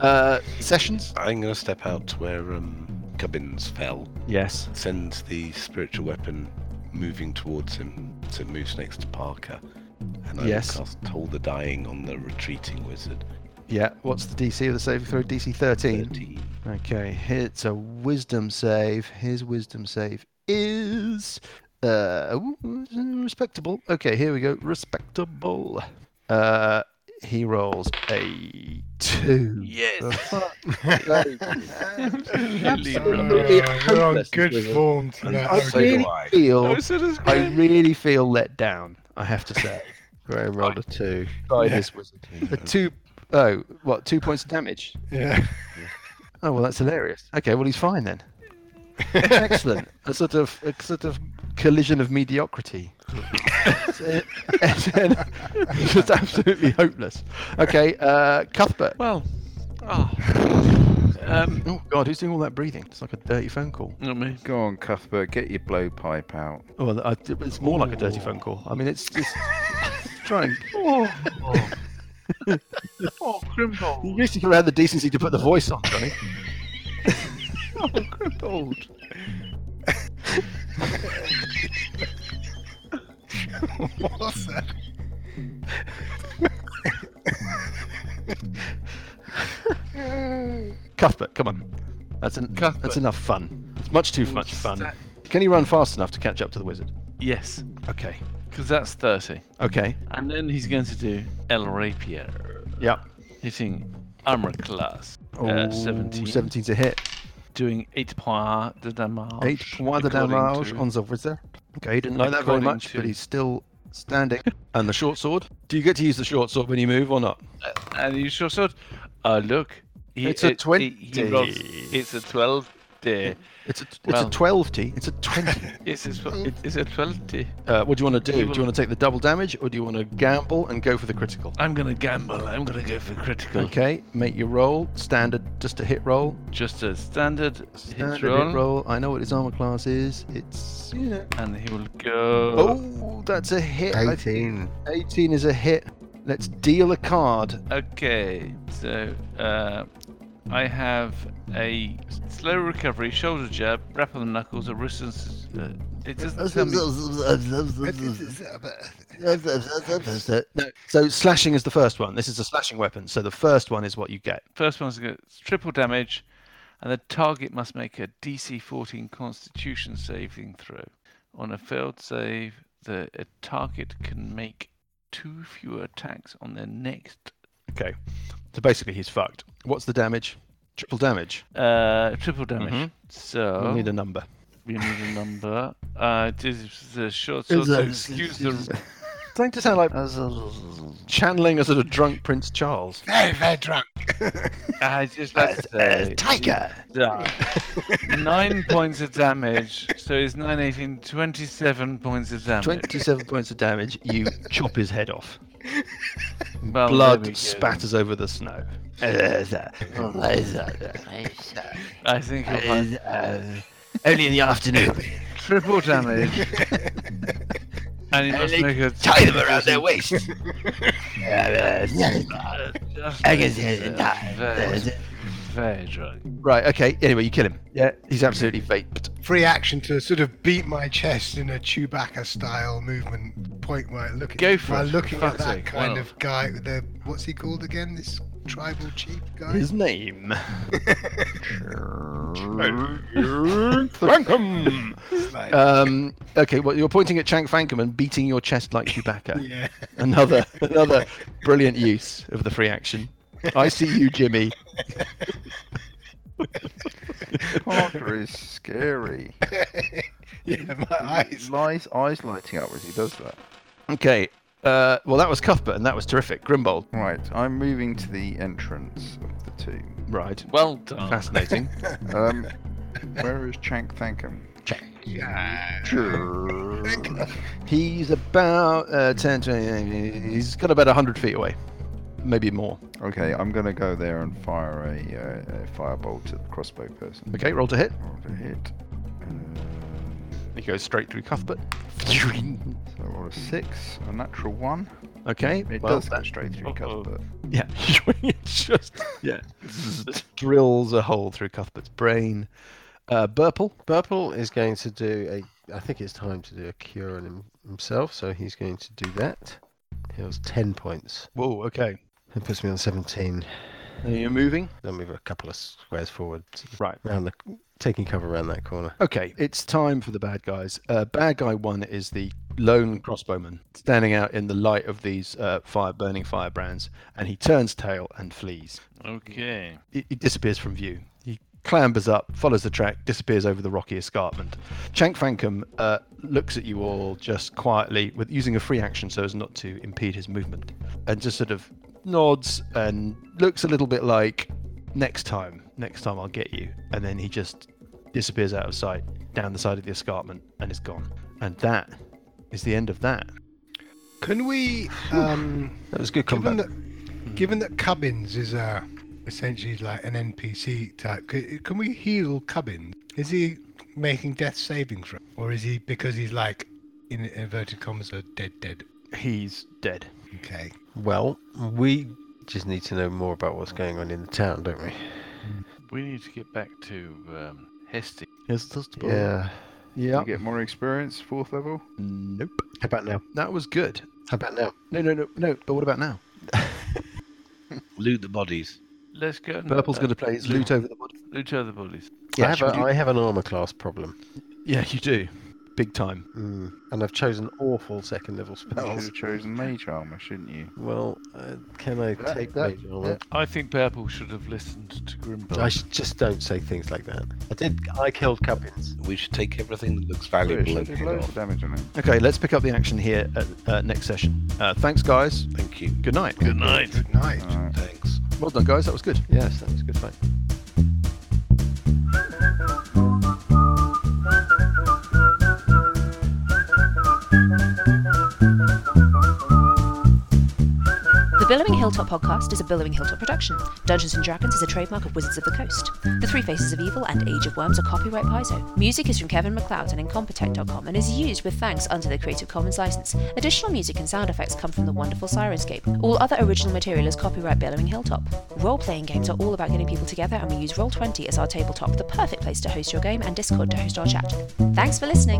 Uh, sessions. I'm going to step out to where um, Cubbins fell. Yes. Send the spiritual weapon moving towards him. So it moves next to Parker. And I will Yes. cast Toll the Dying on the retreating wizard. Yeah. What's the DC of the saving throw? DC 13. 13. Okay. It's a wisdom save. His wisdom save is uh ooh, respectable. Okay. Here we go. Respectable. Uh, he rolls a two. Yes. You're on good form tonight. I okay. really feel. I really feel let down. I have to say. Graham rolled a two. by this wizard. A two. Oh, what? Two points of damage. Yeah. Oh well, that's hilarious. Okay, well he's fine then. Excellent. A sort of a sort of collision of mediocrity. and then just absolutely hopeless. Okay, uh, Cuthbert. Well, ah, um, Oh God, who's doing all that breathing? It's like a dirty phone call. not me. Go on, Cuthbert, get your blowpipe out. Oh, well, I, it's more like a dirty phone call. I mean, it's just trying. Oh, You crippled. basically had the decency to put the voice on, Johnny. Oh, crippled. What's that? Cuthbert, come on. That's an, that's enough fun. It's much too much fun. that- Can he run fast enough to catch up to the wizard? Yes, Okay. because that's 30. Okay. And then he's going to do El Rapier, Yep. hitting armor class Oh, uh, 17, 17's a hit. doing 8 points de damage. 8 points de according damage to- on the wizard. Okay, he didn't like that very According much, to- but he's still standing. and the short sword? Do you get to use the short sword when you move or not? And you sure should. Uh, look. He, It's a it- he- he rolled- 20. it's a 12. There. It's a, it's a Well- 12 T. It's a 20. It's a, tw- it- it's a 12. there. uh, what do you want to do? He Do you will- want to take the double damage or do you want to gamble and go for the critical? I'm going to gamble. I'm going to go for critical. Okay, make your roll. Standard, just a hit roll. Just a standard, hit, Standard roll, hit roll. I know what his armor class is. It's you know. And he will go. Oh, that's a hit. I think 18. 18 is a hit. Let's deal a card. Okay. So uh, I have a slow recovery, shoulder jab, wrap on the knuckles, a wrist. and s- Uh, it doesn't tell me. uh, No, so slashing is the first one. This is a slashing weapon. So the first one is what you get. First one's gonna- it's triple damage, and the target must make a DC 14 Constitution saving throw. On a failed save, the a target can make two fewer attacks on their next Okay. So basically, he's fucked. What's the damage? Triple damage. uh, triple damage. Mhm. So We'll need a number. we need a number. Uh, it is the short sword. so excuse the Starting to sound like channeling a sort of drunk Prince Charles. Very, very drunk. I just like to say Tiger. Yeah. nine points of damage. So it's 9, 18, 27 points of damage. 27 points of damage. You chop his head off. Well, there we go. blood spatters over the snow. I think you'll find Only in the afternoon. triple damage. and you must make a Tie them around their waist. just I make guess it's yourself not- very, very drunk. Right, okay. Anyway, you kill him. Yeah, he's absolutely vaped. Free action to sort of beat my chest in a Chewbacca style movement point where I look at Go for while it, for looking at fuck's that sake, why kind not? of guy with the what's he called again? This tribal chief guy? His name. It's like- Uh, Um, okay, well, you're pointing at Chank Fankum and beating your chest like Chewbacca. yeah. Another another brilliant use of the free action. I see you, Jimmy. Parker is scary. yeah, my eyes. Eyes, eyes lighting up as he does that. Okay. Uh, well, that was Cuthbert, and that was terrific. Grimbold. Right, I'm moving to the entrance of the tomb. Right. Well done. Fascinating. Um, where is Chank Thankum? Yeah. Sure. He's about uh, 10, 20, he's got about 100 feet away, maybe more. Okay, I'm gonna go there and fire a, uh, a firebolt at the crossbow person. Okay, roll to hit. Roll to hit. Uh, He goes straight through Cuthbert. so I roll a six, a natural one. Okay, It well, does go that- straight through Uh-oh. Cuthbert. Yeah, it just yeah drills a hole through Cuthbert's brain. Uh, Burple, Burple is going to do a. I think it's time to do a cure on him, himself, so he's going to do that. Heals 10 points. whoa, okay, That puts me on 17. and you're moving. Then move a couple of squares forward. sort of Right. Around the, taking cover around that corner. Okay, it's time for the bad guys. Uh, bad guy one is the lone crossbowman standing out in the light of these uh, fire burning firebrands, and he turns tail and flees. Okay. He, he disappears from view. He clambers up, follows the track, disappears over the rocky escarpment. Shank Fankum uh, looks at you all just quietly, with using a free action so as not to impede his movement, and just sort of nods and looks a little bit like, "Next time, next time I'll get you," and then he just disappears out of sight down the side of the escarpment and is gone. And that is the end of that. Can we, um, That was a good given combat. that, given that Cubbins is a essentially like an NPC type, can, can we heal Cubbins? Is he making death saving throw, or is he because he's like in inverted commas a dead dead? He's dead. Okay. Well, we just need to know more about what's going on in the town, don't we? We need to get back to um, Hesty. Yeah. Yeah. You get more experience, fourth level. Nope. How about now? That was good. How about now? No, no, no, no. But what about now? Loot the bodies. Let's go. and, Purple's uh, going to play his loot over the body. Loot other bullies. I, have should a, we do- I have an armor class problem, Yeah, you do. Big time. mm. and I've chosen awful second level You should spells. have chosen mage armor, shouldn't you? Well, uh, can I That- take that- mage armor? I think Purple should have listened to Grimble. I sh- just don't say things like that. I did. I killed Cubbins. We should take everything that looks Yeah, it valuable should and do head loads off. of damage on it. Okay, let's pick up the action here at uh, next session. Uh, thanks, guys. Thank you. Good night. Good night. Good night. All right. Thanks. Well done, guys. That was good. Yes, that was a good fight. The Billowing Hilltop podcast is a Billowing Hilltop production. Dungeons and Dragons is a trademark of Wizards of the Coast. The Three Faces of Evil and Age of Worms are copyright Paizo. Music is from Kevin McLeod and Incompetech.com and is used with thanks under the Creative Commons license. Additional music and sound effects come from the wonderful Sirenscape. All other original material is copyright Billowing Hilltop. Role playing games are all about getting people together, and we use Roll20 as our tabletop, the perfect place to host your game, and Discord to host our chat. Thanks for listening.